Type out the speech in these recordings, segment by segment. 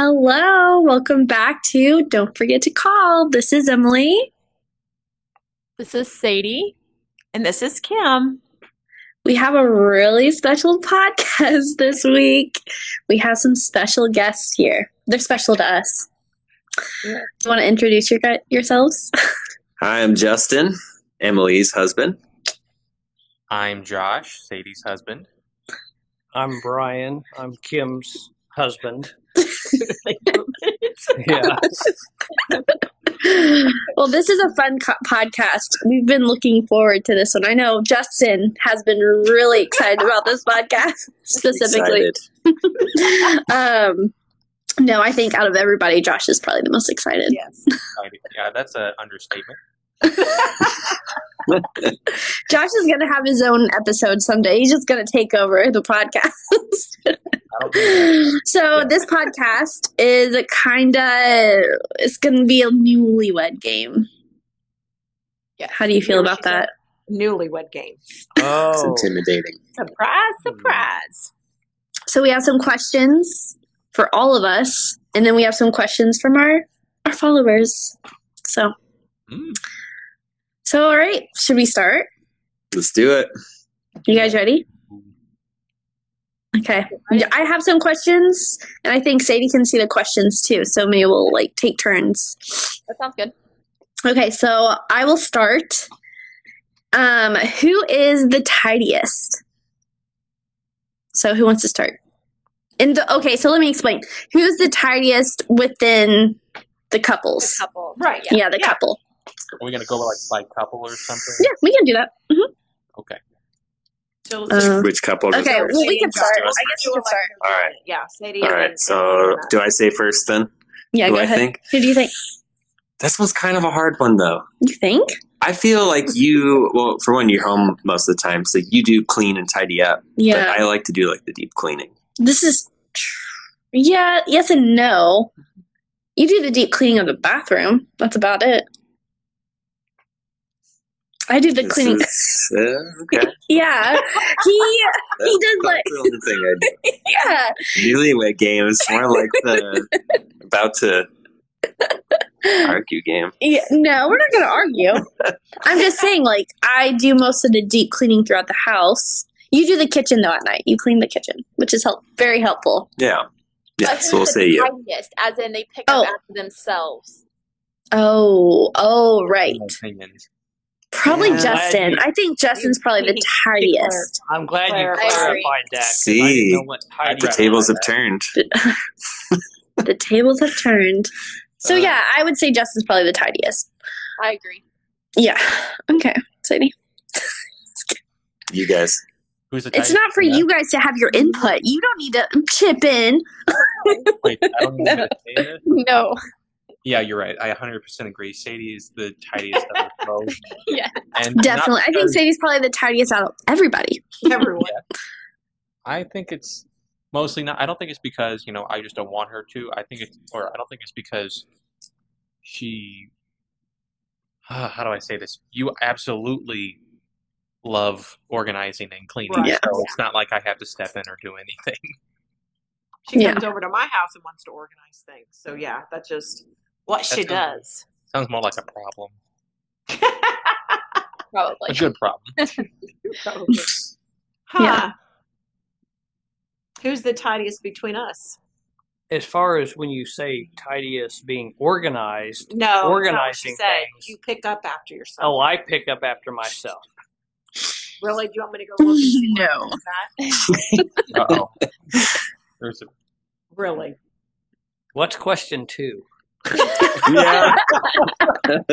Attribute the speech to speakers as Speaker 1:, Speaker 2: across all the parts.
Speaker 1: Hello, welcome back to Don't Forget to Call. This is Emily.
Speaker 2: This is Sadie.
Speaker 3: And this is Kim.
Speaker 1: We have a really special podcast this week. We have some special guests here. They're special to us. Do you want to introduce your, yourselves?
Speaker 4: Hi, I'm Justin, Emily's husband.
Speaker 5: I'm Josh, Sadie's husband.
Speaker 6: I'm Brian. I'm Kim's husband. yeah.
Speaker 1: well, this is a fun co- podcast. We've been looking forward to this one. I know Justin has been really excited about this podcast specifically. um, no, I think out of everybody, Josh is probably the most excited.
Speaker 2: Yes.
Speaker 5: Yeah, that's an understatement.
Speaker 1: Josh is going to have his own episode someday. He's just going to take over the podcast. so
Speaker 5: Yeah.
Speaker 1: this podcast is a kind of it's going to be a newlywed game.
Speaker 2: Yeah.
Speaker 1: How do you feel about that?
Speaker 3: Newlywed Hmm. game.
Speaker 4: It's
Speaker 6: Oh,
Speaker 4: intimidating.
Speaker 3: Surprise, surprise.
Speaker 1: So we have some questions for all of us, and then we have some questions from our our followers. So
Speaker 4: Hmm.
Speaker 5: Mm.
Speaker 1: so all right, should we start?
Speaker 4: Let's do it.
Speaker 1: You guys ready? Okay. Yeah, I have some questions, and I think Sadie can see the questions too. So maybe we'll like take turns.
Speaker 2: That sounds good.
Speaker 1: Okay, so I will start. Um, who is the tidiest? So who wants to start? In the okay, so let me explain. Who's the tidiest within the couples?
Speaker 2: Couple.
Speaker 3: Right.
Speaker 1: yeah. the couple.
Speaker 5: Are we going to go with like by couple or something?
Speaker 1: Yeah, we can do that. Mhm.
Speaker 5: Okay.
Speaker 3: So,
Speaker 1: Uh,
Speaker 4: Which couple? does-
Speaker 1: okay,
Speaker 3: Sadie
Speaker 1: well, we can
Speaker 3: and
Speaker 1: start. I
Speaker 3: Justin.
Speaker 1: guess we can start.
Speaker 4: All right.
Speaker 3: Yeah. Sadie.
Speaker 4: All right. So,
Speaker 2: uh,
Speaker 4: do I say first then?
Speaker 1: Yeah,
Speaker 4: Who
Speaker 1: go
Speaker 4: I
Speaker 1: ahead.
Speaker 4: think?
Speaker 1: Who do you think?
Speaker 4: This was kind of a hard one, though.
Speaker 1: You think?
Speaker 4: I feel like you, well, for one, you're home most of the time, so you do clean and tidy up.
Speaker 1: Yeah.
Speaker 4: But I like to do like the deep cleaning.
Speaker 1: this is tr- yeah yes and no you do the deep cleaning of the bathroom that's about it i do the
Speaker 4: This
Speaker 1: cleaning
Speaker 4: is- uh, okay.
Speaker 1: yeah he He does, like-
Speaker 4: That's the only thing I do.
Speaker 1: yeah
Speaker 4: newlywed game. It's more like the about to argue game.
Speaker 1: Yeah, no, we're not going to argue. I'm just saying, like, I do most of the deep cleaning throughout the house. You do the kitchen though at night. You clean the kitchen, which is help very helpful.
Speaker 4: Yeah. Yeah,
Speaker 2: But
Speaker 4: so we'll
Speaker 2: who's
Speaker 4: say
Speaker 2: the
Speaker 4: you.
Speaker 2: kindest, as in they pick
Speaker 1: Oh.
Speaker 2: up after themselves.
Speaker 1: Oh, oh, right.
Speaker 5: My opinions.
Speaker 1: Probably
Speaker 4: Yeah.
Speaker 1: Justin. I think Justin's probably the tidiest.
Speaker 6: I'm glad you
Speaker 3: Clarified.
Speaker 6: clarified that. 'cause I didn't
Speaker 4: See,
Speaker 6: know what tidy
Speaker 4: The
Speaker 6: was.
Speaker 4: tables have turned.
Speaker 1: the tables have turned. So
Speaker 5: Uh,
Speaker 1: yeah, I would say Justin's probably the tidiest.
Speaker 2: I agree.
Speaker 1: Yeah. Okay, Sadie.
Speaker 4: You guys.
Speaker 5: Who's the
Speaker 1: It's
Speaker 5: tightest?
Speaker 1: not for
Speaker 5: Yeah.
Speaker 1: you guys to have your input. You don't need to chip in.
Speaker 5: Wait, I don't even get to say this.
Speaker 2: No.
Speaker 5: Yeah, you're right. I 100% agree. Sadie is the tidiest of us both.
Speaker 2: Yeah.
Speaker 5: And not
Speaker 1: Definitely. I think
Speaker 5: because-
Speaker 1: Sadie's probably the tidiest out of everybody.
Speaker 3: Everyone.
Speaker 5: I think it's mostly not. I don't think it's because you know I just don't want her to. I think it's, or I don't think it's because she. Ah, how do I say this? You absolutely love organizing and cleaning,
Speaker 3: Right.
Speaker 1: Yeah.
Speaker 5: so it's not like I have to step in or do anything.
Speaker 3: She
Speaker 1: Yeah.
Speaker 3: comes over to my house and wants to organize things. So, yeah, that's just what she
Speaker 5: sounds-
Speaker 3: does.
Speaker 5: Sounds more like a problem, a
Speaker 2: Probably.
Speaker 5: good problem.
Speaker 3: huh.
Speaker 1: Yeah.
Speaker 3: Who's the tidiest between us?
Speaker 6: As far as when you say tidiest being organized,
Speaker 3: No. it's not what she
Speaker 6: Organizing
Speaker 3: said.
Speaker 6: things.
Speaker 3: You pick up after yourself.
Speaker 6: oh, I pick up after myself.
Speaker 3: Really? Do you want me to go look and see where
Speaker 1: No.
Speaker 3: it's
Speaker 5: Uh
Speaker 3: at?
Speaker 5: oh. There's a,
Speaker 3: Really?
Speaker 6: What's question two?
Speaker 4: Yeah. Moving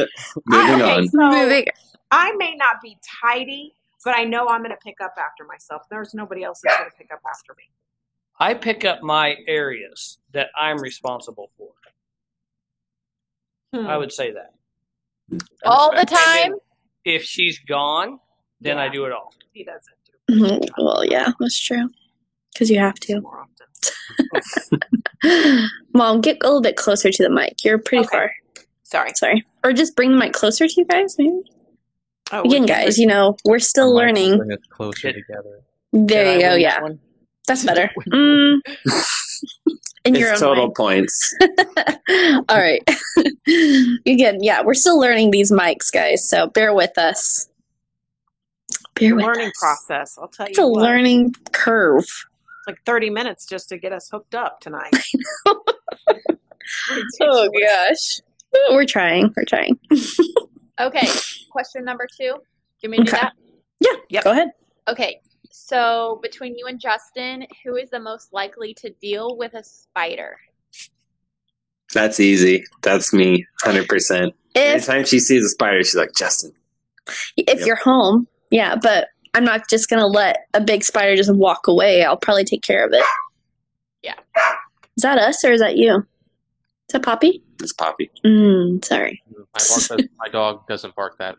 Speaker 3: I, okay,
Speaker 4: on.
Speaker 3: so
Speaker 1: Ah, Moving.
Speaker 3: I may not be tidy, but I know I'm going to pick up after myself. There's nobody else that's going to pick up after me.
Speaker 6: I pick up my areas that I'm responsible for.
Speaker 3: Hmm.
Speaker 6: I would say that.
Speaker 2: All the
Speaker 6: And then
Speaker 2: time.
Speaker 6: If she's gone, then I
Speaker 3: Yeah.
Speaker 6: do it all.
Speaker 3: He doesn't do
Speaker 1: Mhm. Well, yeah, that's true. Because you have
Speaker 3: it
Speaker 1: to.
Speaker 3: more often.
Speaker 1: Mom, get a little bit closer to the mic. You're pretty
Speaker 3: Okay.
Speaker 1: far.
Speaker 3: Sorry.
Speaker 1: Sorry. Or just bring the mic closer to you guys. Maybe.
Speaker 3: Oh,
Speaker 1: Again, guys, you know, we're still
Speaker 5: I might
Speaker 1: learning.
Speaker 5: Bring us closer together.
Speaker 1: There
Speaker 6: Can I
Speaker 1: you go.
Speaker 6: win this
Speaker 1: Yeah.
Speaker 6: one?
Speaker 1: That's better. Mm. in your own
Speaker 4: It's total
Speaker 1: mind.
Speaker 4: points.
Speaker 1: All right. Again, yeah, we're still learning these mics, guys, so bear with us. Bear with
Speaker 3: learning
Speaker 1: us.
Speaker 3: process. I'll tell
Speaker 1: It's
Speaker 3: you.
Speaker 1: a
Speaker 3: what.
Speaker 1: learning curve.
Speaker 3: It's like 30 minutes just to get us hooked up tonight.
Speaker 1: Oh gosh. We're trying. We're trying.
Speaker 2: Okay, question number two. Do you mean to do
Speaker 1: Okay.
Speaker 2: that?
Speaker 1: Go ahead.
Speaker 2: Okay, so between you and Justin, who is the most likely to deal with a spider?
Speaker 4: That's easy. That's me, hundred percent.
Speaker 1: If
Speaker 4: Anytime she sees a spider, she's like, "Justin,
Speaker 1: if
Speaker 4: Yep.
Speaker 1: you're home, yeah, but I'm not just gonna let a big spider just walk away. I'll probably take care of it.
Speaker 2: Yeah.
Speaker 1: Is that us or is that you? Is that Poppy?
Speaker 4: it's Poppy."
Speaker 1: Mm, sorry.
Speaker 5: My, bark does, my dog doesn't bark that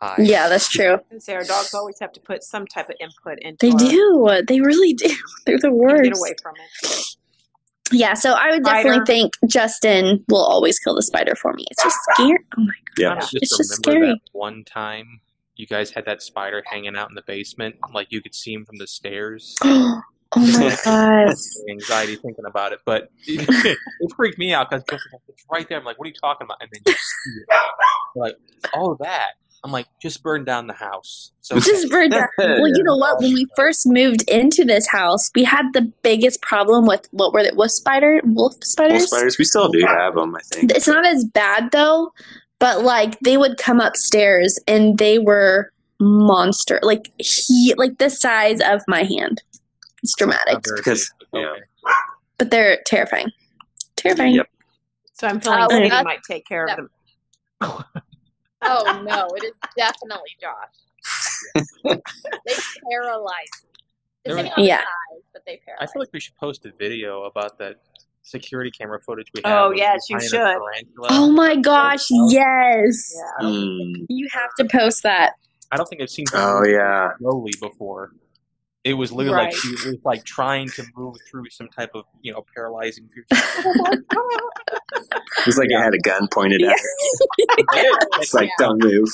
Speaker 5: high.
Speaker 1: Yeah, that's true.
Speaker 3: And Sarah, dogs always have to put some type of input into
Speaker 1: They
Speaker 3: our-
Speaker 1: do. They really do. They're the
Speaker 3: and
Speaker 1: worst.
Speaker 3: Get away from it.
Speaker 1: Yeah, so I would
Speaker 3: Spider.
Speaker 1: definitely think Justin will always kill the spider for me. It's just scary. Oh my
Speaker 4: Yeah.
Speaker 5: I just
Speaker 1: It's just
Speaker 5: remember
Speaker 1: scary.
Speaker 5: that one time you guys had that spider hanging out in the basement, like you could see him from the stairs.
Speaker 1: god. Oh my god.
Speaker 5: Anxiety thinking about it, but it, freaked me out because it's right there. I'm like, "What are you talking about?" And then you see it. You're like, "Oh, that." I'm like, "Just burn down the house." So
Speaker 1: Just burned down. Well, you know what? When we first moved into this house, we had the biggest problem with what were it? Wolf spider? Wolf
Speaker 4: Wolf
Speaker 1: spiders?
Speaker 4: spiders, we still do have them, I think.
Speaker 1: It's not as bad though, but like they would come upstairs and they were monster, like he, like the size of my hand. It's dramatic,
Speaker 4: because-
Speaker 5: Okay.
Speaker 4: yeah.
Speaker 1: but they're terrifying. Terrifying.
Speaker 4: Yep.
Speaker 3: So I'm feeling
Speaker 2: Oh,
Speaker 3: Sadie
Speaker 2: that's-
Speaker 3: might take care of
Speaker 2: that-
Speaker 3: them.
Speaker 2: Oh no, it is definitely Josh. they paralyze.
Speaker 5: There
Speaker 2: Depending
Speaker 5: was-
Speaker 2: on the
Speaker 1: Yeah.
Speaker 2: size, but they
Speaker 5: I
Speaker 2: paralyze.
Speaker 5: feel like we should post a video about that security camera footage we have.
Speaker 3: Oh,
Speaker 5: of
Speaker 3: yes, you
Speaker 5: behind a
Speaker 3: should.
Speaker 5: tarantula.
Speaker 1: Oh my gosh, yes.
Speaker 3: Yeah.
Speaker 4: Mm.
Speaker 1: You have to post that.
Speaker 5: I don't think I've seen.
Speaker 4: Oh
Speaker 5: something
Speaker 4: yeah,
Speaker 5: slowly before. It was literally
Speaker 3: Right.
Speaker 5: like she was like trying to move through some type of you know paralyzing future.
Speaker 4: it was like I had a gun pointed at. her. It's like, "Don't move."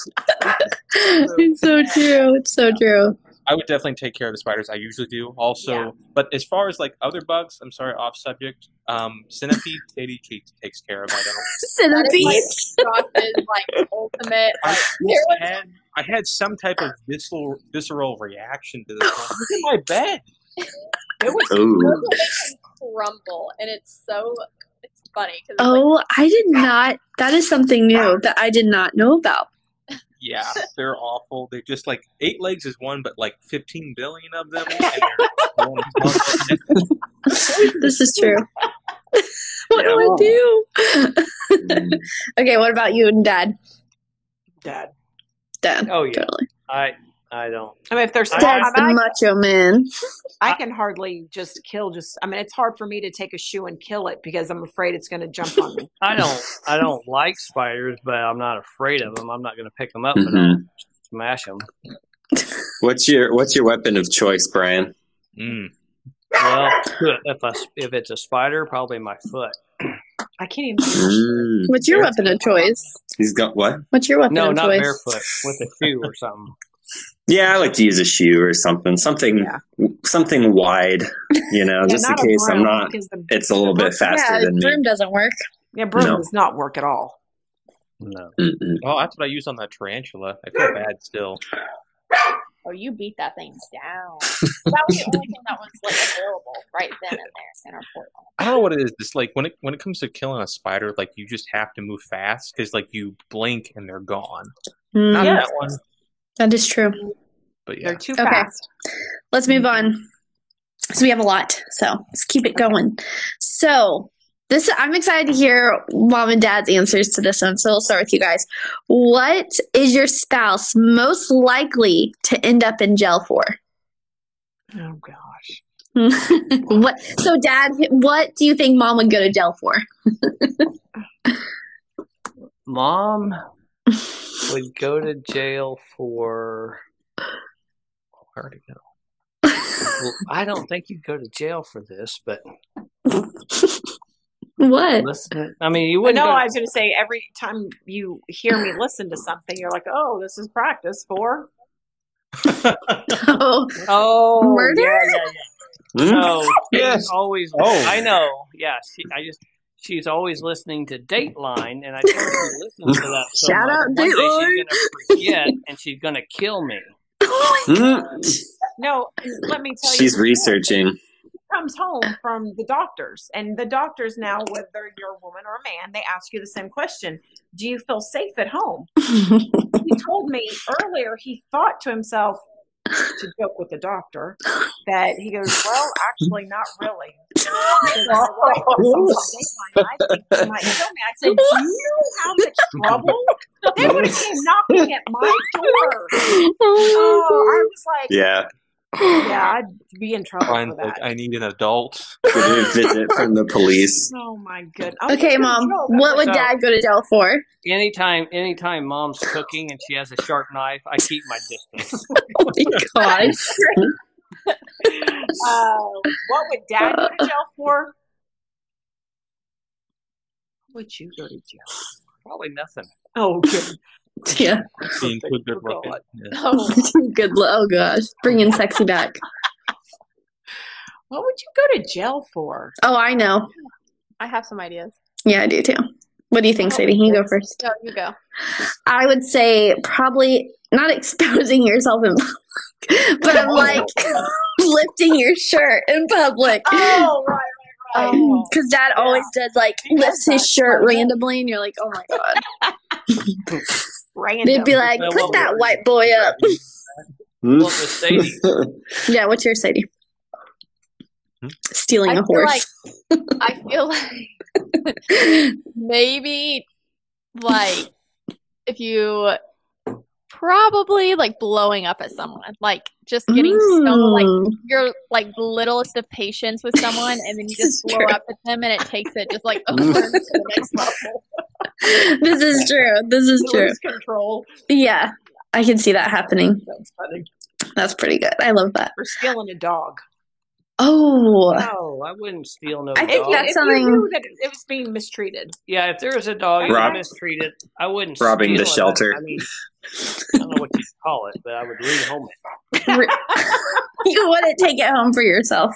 Speaker 1: it's so true. It's so true.
Speaker 5: I would definitely take care of the spiders. I usually do. Also,
Speaker 3: Yeah.
Speaker 5: but as far as like other bugs, I'm sorry, off subject. Um, centipede, Sadie she takes care of. I don't.
Speaker 1: Centipedes.
Speaker 2: Josh's like ultimate like
Speaker 5: I,
Speaker 2: there was
Speaker 5: had, I had some type of visceral, visceral reaction to this. One. Look at my bed.
Speaker 2: it was
Speaker 4: Ooh.
Speaker 2: crumble and it's so it's funny because
Speaker 1: Oh, I did not. That is something new that I did not know about.
Speaker 5: Yeah, they're awful. They're just like eight legs is one, but like 15 billion of them. And they're one monster.
Speaker 1: this is true. what
Speaker 4: Yeah.
Speaker 1: do I do?
Speaker 4: Mm.
Speaker 1: okay, what about you and Dad?
Speaker 3: Dad.
Speaker 1: Dad.
Speaker 6: Oh yeah,
Speaker 1: Totally.
Speaker 6: I I don't.
Speaker 3: I mean, if they're small,
Speaker 1: Dad's the
Speaker 3: I, mean,
Speaker 1: macho man.
Speaker 3: I, I can hardly just kill. Just I mean, it's hard for me to take a shoe and kill it because I'm afraid it's going to jump on me.
Speaker 6: I don't. I don't like spiders, but I'm not afraid of them. I'm not going to pick them up and
Speaker 4: Mhm.
Speaker 6: smash them.
Speaker 4: What's your What's your weapon of choice, Brian?
Speaker 5: Mm.
Speaker 6: Well, if I, if it's a spider, probably my foot.
Speaker 3: I can't even.
Speaker 4: Mm.
Speaker 1: What's your weapon of choice?
Speaker 4: He's got what?
Speaker 1: What's your weapon
Speaker 6: No,
Speaker 1: of
Speaker 6: not
Speaker 1: choice?
Speaker 6: barefoot, with a shoe or something.
Speaker 4: Yeah, I like to use a shoe or something, something,
Speaker 3: Yeah.
Speaker 4: something wide. You know,
Speaker 3: Yeah,
Speaker 4: just in
Speaker 3: not a
Speaker 4: case I'm
Speaker 3: broom,
Speaker 4: not.
Speaker 3: because the-
Speaker 4: It's a little bit faster
Speaker 1: yeah,
Speaker 4: than me.
Speaker 1: broom doesn't work.
Speaker 3: yeah, broom
Speaker 4: No.
Speaker 3: does not work at all.
Speaker 6: No.
Speaker 4: Mm-mm.
Speaker 5: Oh, that's what I used on that tarantula. I feel bad still.
Speaker 2: oh you beat that thing down. that was the only thing that was like available right then and there in our portal.
Speaker 5: I don't know what it is. It's like when it when it comes to killing a spider, like you just have to move fast because like you blink and they're gone. Not
Speaker 1: Mm,
Speaker 5: that one,
Speaker 1: That is true.
Speaker 5: but yeah.
Speaker 3: They're too
Speaker 1: Okay.
Speaker 3: fast.
Speaker 1: let's move on. So we have a lot. So let's keep it going. So this I'm excited to hear mom and dad's answers to this one. So we'll start with you guys. What is your spouse most likely to end up in jail for?
Speaker 3: Oh gosh.
Speaker 1: what so dad, what do you think mom would go to jail for?
Speaker 6: Mom would go to jail for.
Speaker 5: I already know.
Speaker 6: Well, I don't think you'd go to jail for this, but
Speaker 1: what?
Speaker 6: listen. I mean, you
Speaker 3: Well,
Speaker 6: wouldn't.
Speaker 3: no,
Speaker 6: go to-
Speaker 3: I was going to say every time you hear me listen to something, you're like, "Oh, this is practice for
Speaker 1: Oh,
Speaker 3: oh
Speaker 1: Murder?
Speaker 3: yeah, yeah,
Speaker 4: Hmm?
Speaker 6: So
Speaker 4: Yes.
Speaker 6: she's always.
Speaker 5: Oh.
Speaker 6: I know. Yeah. She, I just. She's always listening to Dateline, and I told her to listen to that. So
Speaker 1: Shout
Speaker 6: much.
Speaker 1: out
Speaker 6: One day
Speaker 1: Dateline.
Speaker 6: She's gonna forget, and she's gonna kill me.
Speaker 1: Oh my
Speaker 4: Hmm?
Speaker 3: No, let me tell you.
Speaker 4: She's researching.
Speaker 3: comes home from the doctors, and the doctors now, whether you're a woman or a man, they ask you the same question: Do you feel safe at home? he told me earlier he thought to himself, to joke with the doctor, that he goes, "Well, actually, not really." Because my wife is on the dateline, and I think she might kill me. I said, "Do you know how much trouble they would have came knocking at my door?" Oh, I was like,
Speaker 4: Yeah.
Speaker 3: "Yeah, I'd be in trouble
Speaker 5: Ryan's
Speaker 3: for that."
Speaker 5: like, I need an adult.
Speaker 4: Good visit from the police.
Speaker 3: Oh my good.
Speaker 1: Okay, mom. What would
Speaker 6: So-
Speaker 1: dad go to jail for?
Speaker 6: Anytime, anytime mom's cooking and she has a sharp knife, I keep my distance.
Speaker 1: Oh my god.
Speaker 3: Uh, what would dad go to jail for? What Would you go to jail?
Speaker 6: Probably nothing.
Speaker 3: Oh, good.
Speaker 1: yeah.
Speaker 5: Being good, good
Speaker 3: Forgot.
Speaker 5: looking. Yeah.
Speaker 2: Oh,
Speaker 1: Good. Lo- oh gosh. Bringing sexy back.
Speaker 3: What would you go to jail for?
Speaker 1: Oh, I know.
Speaker 2: I have some ideas.
Speaker 1: Yeah, I do too. What do you think, Sadie? You go first.
Speaker 2: Go, you go.
Speaker 1: I would say probably not exposing yourself in public, but like lifting your shirt in public.
Speaker 3: Oh, right, right, right.
Speaker 1: Um, because dad always does like
Speaker 3: He does
Speaker 1: lifts his
Speaker 3: that.
Speaker 1: shirt randomly, and you're like, oh my god.
Speaker 3: Random.
Speaker 1: They'd be like,
Speaker 6: Well,
Speaker 1: put
Speaker 6: well,
Speaker 1: that
Speaker 6: well.
Speaker 1: white boy up.
Speaker 4: Hmm?
Speaker 6: Well, with Sadie,
Speaker 1: Yeah, what's yours, Sadie?
Speaker 5: Hmm?
Speaker 1: Stealing
Speaker 2: I
Speaker 1: a
Speaker 2: feel
Speaker 1: horse.
Speaker 2: like I feel like maybe like if you probably like blowing up at someone, like just getting so like
Speaker 1: Mm.
Speaker 2: you're like the littlest of patience with someone, and then you
Speaker 1: This is
Speaker 2: just blow
Speaker 1: true.
Speaker 2: up at them, and it takes it just like over to the next level.
Speaker 1: this is true. This is true.
Speaker 3: lose control.
Speaker 1: Yeah, I can see that happening.
Speaker 3: That's funny.
Speaker 1: That's pretty good. I love that.
Speaker 3: We're stealing a dog.
Speaker 1: Oh,
Speaker 6: no, I wouldn't steal no
Speaker 1: I
Speaker 6: dog.
Speaker 1: think that's something-
Speaker 3: You knew that it was being mistreated.
Speaker 6: yeah, if there was a dog
Speaker 4: Rob-
Speaker 6: and mistreated, I wouldn't
Speaker 4: Robbing
Speaker 6: steal
Speaker 4: the
Speaker 6: it.
Speaker 4: shelter.
Speaker 6: I, mean, I don't know what you call it, but I would rehome it.
Speaker 1: re- you wouldn't take it home for yourself.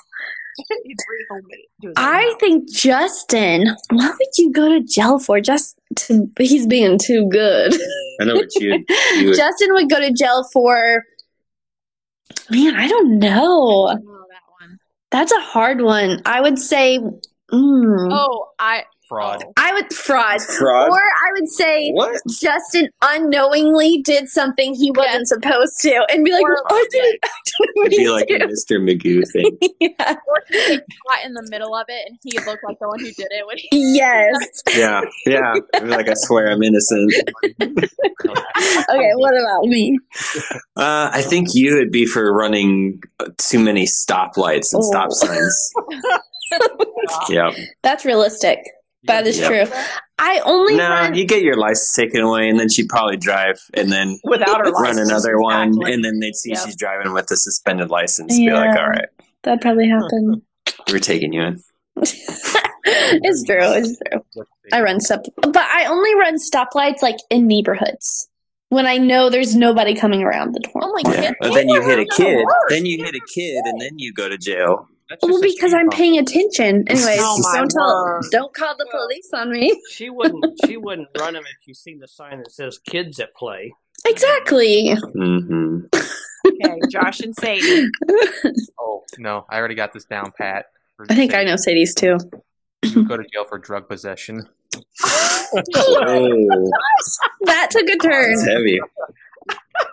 Speaker 3: He'd rehome it to his own
Speaker 1: I
Speaker 3: house.
Speaker 1: think Justin. What would you go to jail for? Just to, he's being too good.
Speaker 4: I know what you You would-
Speaker 1: Justin would go to jail for. Man, I don't know.
Speaker 2: Oh, that one.
Speaker 1: That's a hard one. I would say. mm,
Speaker 2: Oh, I
Speaker 5: Fraud.
Speaker 1: I would fraud.
Speaker 4: fraud.
Speaker 1: Or I would say
Speaker 4: What?
Speaker 1: Justin unknowingly did something he wasn't supposed to and be like,
Speaker 2: Or-
Speaker 1: I didn't, I didn't
Speaker 4: It'd
Speaker 1: mean
Speaker 4: be like a
Speaker 1: to.
Speaker 4: Mr. Magoo thing.
Speaker 1: Yeah.
Speaker 2: caught in the middle of it, and he looked like the one who did it when he
Speaker 1: Yes.
Speaker 4: Yeah, yeah. I'd be like I swear I'm innocent.
Speaker 1: Okay, what about me?
Speaker 4: Uh, I think you would be for running uh, too many stoplights and
Speaker 1: Oh.
Speaker 4: stop signs. yeah.
Speaker 1: That's realistic. That is
Speaker 4: Yeah.
Speaker 1: true. I only
Speaker 4: No,
Speaker 1: run-
Speaker 4: you get your license taken away, and then she'd probably drive, and then
Speaker 3: Without her
Speaker 4: run
Speaker 3: license,
Speaker 4: another one,
Speaker 3: exactly.
Speaker 4: and then they'd see
Speaker 3: Yep.
Speaker 4: she's driving with a suspended license. Be like,
Speaker 1: Yeah.
Speaker 4: all right,
Speaker 1: that probably happened.
Speaker 4: we're taking you in.
Speaker 1: it's true. It's true. I run stop, but I only run stoplights like in neighborhoods when I know there's nobody coming around the corner.
Speaker 2: Oh my
Speaker 4: Yeah.
Speaker 2: god.
Speaker 4: But then you hit a kid.
Speaker 3: worse.
Speaker 4: Then you hit a kid, and then you go to jail.
Speaker 5: That's
Speaker 1: Well,
Speaker 5: just a
Speaker 1: because
Speaker 5: speed
Speaker 1: I'm
Speaker 5: bump.
Speaker 1: paying attention. Anyways,
Speaker 3: Oh my
Speaker 1: don't tell,
Speaker 3: word.
Speaker 1: don't call the police on me.
Speaker 6: She wouldn't. She wouldn't run him if she seen the sign that says "kids at play."
Speaker 1: Exactly.
Speaker 4: hmm
Speaker 3: Okay, Josh and Sadie.
Speaker 5: Oh no, I already got this down, Pat.
Speaker 1: I think I know Sadie's too.
Speaker 5: You go to jail for drug possession.
Speaker 4: Oh,
Speaker 1: That took a turn.
Speaker 4: it's heavy.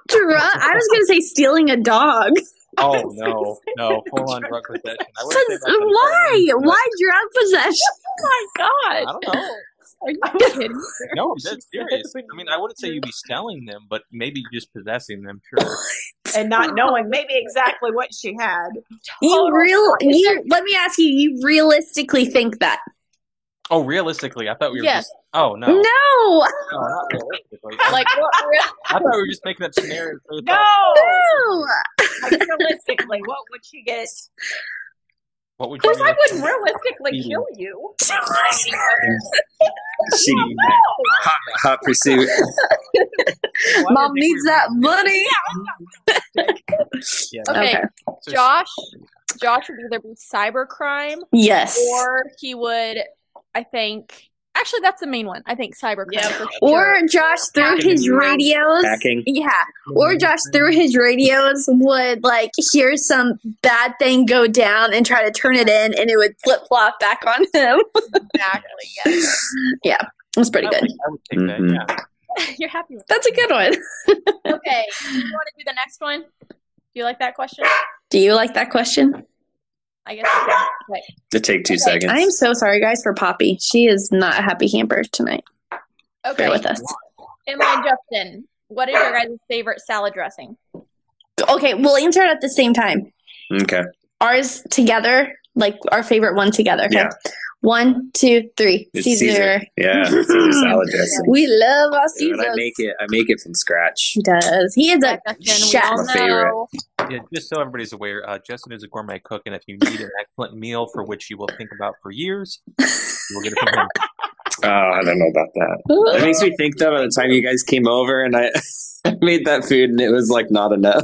Speaker 1: Dru- I was gonna say stealing a dog.
Speaker 5: Oh no, no, full on drug possession. I wouldn't say
Speaker 1: Pos-
Speaker 5: that, but-
Speaker 1: Why? Why drug possession?
Speaker 5: I
Speaker 2: God,
Speaker 5: don't know.
Speaker 2: are you kidding?
Speaker 5: No, I'm dead serious. I mean, I wouldn't say you'd be selling them, but maybe just possessing them. Sure.
Speaker 3: and not knowing maybe exactly what she had.
Speaker 1: You real? You let me ask you. You realistically think that?
Speaker 5: Oh, realistically, I thought we were
Speaker 2: Yes.
Speaker 5: just. Oh no,
Speaker 1: No.
Speaker 5: No, not realistically.
Speaker 2: Like what real
Speaker 5: I thought we were just making up scenarios. for the
Speaker 3: No,
Speaker 5: thought-
Speaker 1: No.
Speaker 3: like, realistically, what would she get?
Speaker 5: What would you?
Speaker 3: Because I
Speaker 5: do?
Speaker 3: wouldn't realistically kill you.
Speaker 4: She hot, hot pursuit.
Speaker 6: Why
Speaker 1: Mom
Speaker 6: did they-
Speaker 1: needs that money.
Speaker 5: Yeah,
Speaker 2: Okay,
Speaker 1: Okay.
Speaker 5: so-
Speaker 2: Josh, Josh would either be cybercrime
Speaker 1: Yes.
Speaker 2: or he would, I think. Actually, that's the main one. I think cybercrime.
Speaker 3: Yep.
Speaker 2: for
Speaker 1: Or
Speaker 2: sure.
Speaker 1: Josh through
Speaker 4: Hacking.
Speaker 1: his radios.
Speaker 4: Hacking.
Speaker 1: Yeah. Or Josh through his radios would like hear some bad thing go down and try to turn it in and it would flip flop back on him.
Speaker 3: Exactly. Yes.
Speaker 1: yeah. That's pretty
Speaker 5: I
Speaker 1: good.
Speaker 5: would, I would take
Speaker 4: Mhm.
Speaker 5: that. Yeah.
Speaker 2: You're happy with
Speaker 1: That's a good one.
Speaker 2: that. Okay. You want to do the next one? Do you like that question?
Speaker 1: Do you like that question?
Speaker 2: I guess. I can.
Speaker 4: To take two seconds.
Speaker 1: I am so sorry guys for Poppy. She is not a happy hamper tonight. Bear
Speaker 2: Okay.
Speaker 1: with us.
Speaker 2: Emma and Justin, what is your guys' favorite salad dressing?
Speaker 1: Okay, we'll answer it at the same time.
Speaker 4: okay.
Speaker 1: Ours together, like our favorite one together. Okay.
Speaker 4: Yeah.
Speaker 1: One, two, three.
Speaker 4: It's
Speaker 1: Caesar.
Speaker 4: Caesar. Yeah. Caesar salad dressing.
Speaker 1: We love our
Speaker 4: Dude,
Speaker 1: Caesars.
Speaker 4: I make it. I make it from scratch.
Speaker 1: He does. He is a
Speaker 2: Justin,
Speaker 1: chef.
Speaker 2: we all
Speaker 4: My favorite.
Speaker 2: know.
Speaker 5: yeah. Just so everybody's aware, uh, Justin is a gourmet cook, and if you need an excellent meal for which you will think about for years, you'll get it from him.
Speaker 4: Oh, I don't know about that. It makes me think though. By the time you guys came over, and I made that food, and it was like not enough.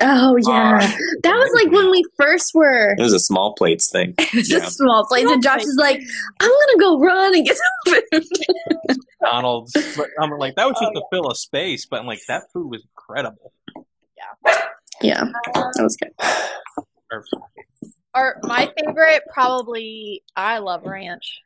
Speaker 1: Oh yeah, that was like when we first were.
Speaker 4: It was a small plates thing.
Speaker 1: It was
Speaker 4: Yeah.
Speaker 1: a small place, and Josh is like, "I'm gonna go run and get some food."
Speaker 5: McDonald's. But I'm like, that was just
Speaker 3: Oh,
Speaker 5: to fill a space, but I'm like, that food was incredible.
Speaker 1: Yeah, that was good.
Speaker 5: Or-
Speaker 2: Or my favorite, probably, I love ranch.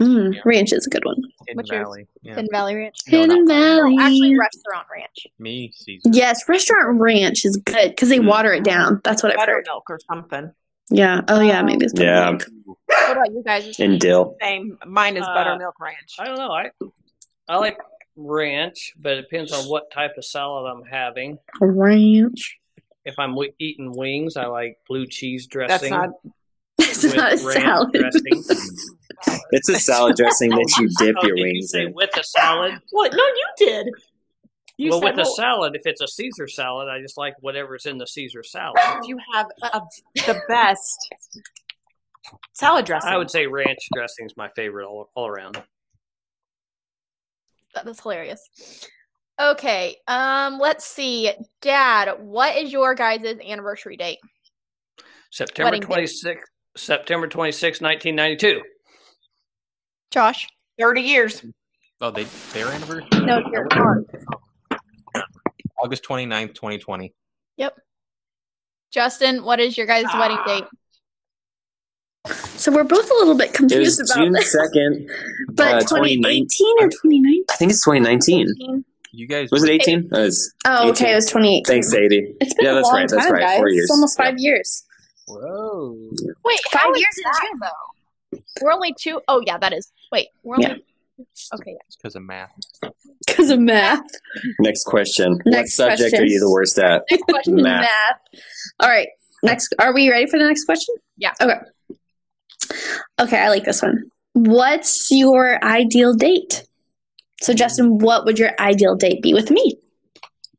Speaker 1: Mm, Ranch is a good one.
Speaker 5: Hidden
Speaker 2: What's yours?
Speaker 5: Valley. Yeah.
Speaker 2: Hidden Valley Ranch.
Speaker 5: No, not
Speaker 1: Hidden Valley.
Speaker 2: No, actually, restaurant ranch.
Speaker 5: me, Caesar.
Speaker 1: yes, restaurant ranch is good because they
Speaker 4: Mm.
Speaker 1: water it down. That's what I've heard.
Speaker 3: Buttermilk or something.
Speaker 1: Yeah. Oh yeah, maybe it's
Speaker 4: Yeah.
Speaker 1: buttermilk.
Speaker 2: What about you guys?
Speaker 4: And dill.
Speaker 3: Same. Mine is
Speaker 6: Uh,
Speaker 3: buttermilk ranch.
Speaker 6: I don't know. I I like ranch, but it depends on what type of salad I'm having.
Speaker 1: ranch.
Speaker 6: If I'm w- eating wings, I like blue cheese
Speaker 3: That's
Speaker 6: dressing.
Speaker 3: not.
Speaker 1: It's
Speaker 6: with
Speaker 1: not a
Speaker 6: ranch
Speaker 1: salad.
Speaker 6: dressing.
Speaker 4: It's a salad dressing that you dip
Speaker 6: Oh,
Speaker 4: your
Speaker 6: did you
Speaker 4: wings
Speaker 6: say
Speaker 4: in.
Speaker 6: with a salad.
Speaker 3: What? No, you did. You
Speaker 6: well,
Speaker 3: said,
Speaker 6: with a
Speaker 3: well,
Speaker 6: salad, if it's a Caesar salad, I just like whatever's in the Caesar salad.
Speaker 3: you have a, the best salad dressing.
Speaker 6: I would say ranch dressing is my favorite all, all around.
Speaker 2: That was hilarious. Okay, um, let's see. Dad, what is your guys' anniversary date?
Speaker 6: September
Speaker 2: Wedding day.
Speaker 6: 26th, September 26, 1992.
Speaker 2: Josh?
Speaker 3: thirty years.
Speaker 5: Oh, they their anniversary.
Speaker 2: No, your mom.
Speaker 5: August 29th, 2020.
Speaker 2: Justin, what is your guys' wedding date?
Speaker 1: So we're both a little bit
Speaker 4: It was
Speaker 1: confused about
Speaker 4: June
Speaker 1: this.
Speaker 4: second.
Speaker 1: But
Speaker 4: uh,
Speaker 1: 2018 or
Speaker 4: I-
Speaker 1: 2019?
Speaker 4: I think it's 2019.
Speaker 5: You guys
Speaker 4: Was it 18? Oh, it's-
Speaker 1: Oh, okay, it was 2018.
Speaker 4: thanks, 80.
Speaker 1: It's been
Speaker 4: Yeah,
Speaker 1: a
Speaker 4: that's
Speaker 1: long
Speaker 4: right, that's
Speaker 1: time,
Speaker 4: right,
Speaker 1: guys.
Speaker 4: four years.
Speaker 1: It's almost five years.
Speaker 5: Whoa.
Speaker 2: Wait,
Speaker 1: Five
Speaker 2: how is
Speaker 1: years in
Speaker 2: that? We're only two oh yeah, that is. Wait, we're only.
Speaker 1: Yeah.
Speaker 2: Okay,
Speaker 5: It's because of math.
Speaker 1: Because of math.
Speaker 4: Next question.
Speaker 1: Next
Speaker 4: what subject
Speaker 1: question.
Speaker 4: are you the worst at?
Speaker 2: next question.
Speaker 4: Math.
Speaker 1: All right. Next, are we ready for the next question?
Speaker 2: Yeah.
Speaker 1: Okay. Okay, I like this one. What's your ideal date? So, Justin, what would your ideal date be with me?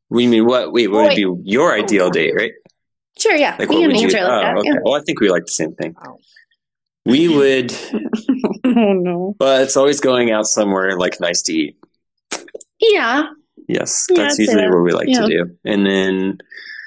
Speaker 4: We mean what? Wait, what would
Speaker 2: Wait.
Speaker 4: be your ideal date, right?
Speaker 1: Sure, yeah.
Speaker 4: Like,
Speaker 1: we
Speaker 4: what
Speaker 1: can
Speaker 4: would you?
Speaker 1: answer it like
Speaker 4: oh,
Speaker 1: that.
Speaker 4: okay.
Speaker 1: yeah.
Speaker 4: Well, I think we like the same thing.
Speaker 3: Oh.
Speaker 4: We would.
Speaker 1: Oh, no.
Speaker 4: Well, it's always going out somewhere like nice to eat.
Speaker 1: Yeah.
Speaker 4: Yes,
Speaker 1: Yeah, I'd
Speaker 4: that's
Speaker 1: say
Speaker 4: usually
Speaker 1: that.
Speaker 4: what we like
Speaker 1: Yeah.
Speaker 4: to do. And then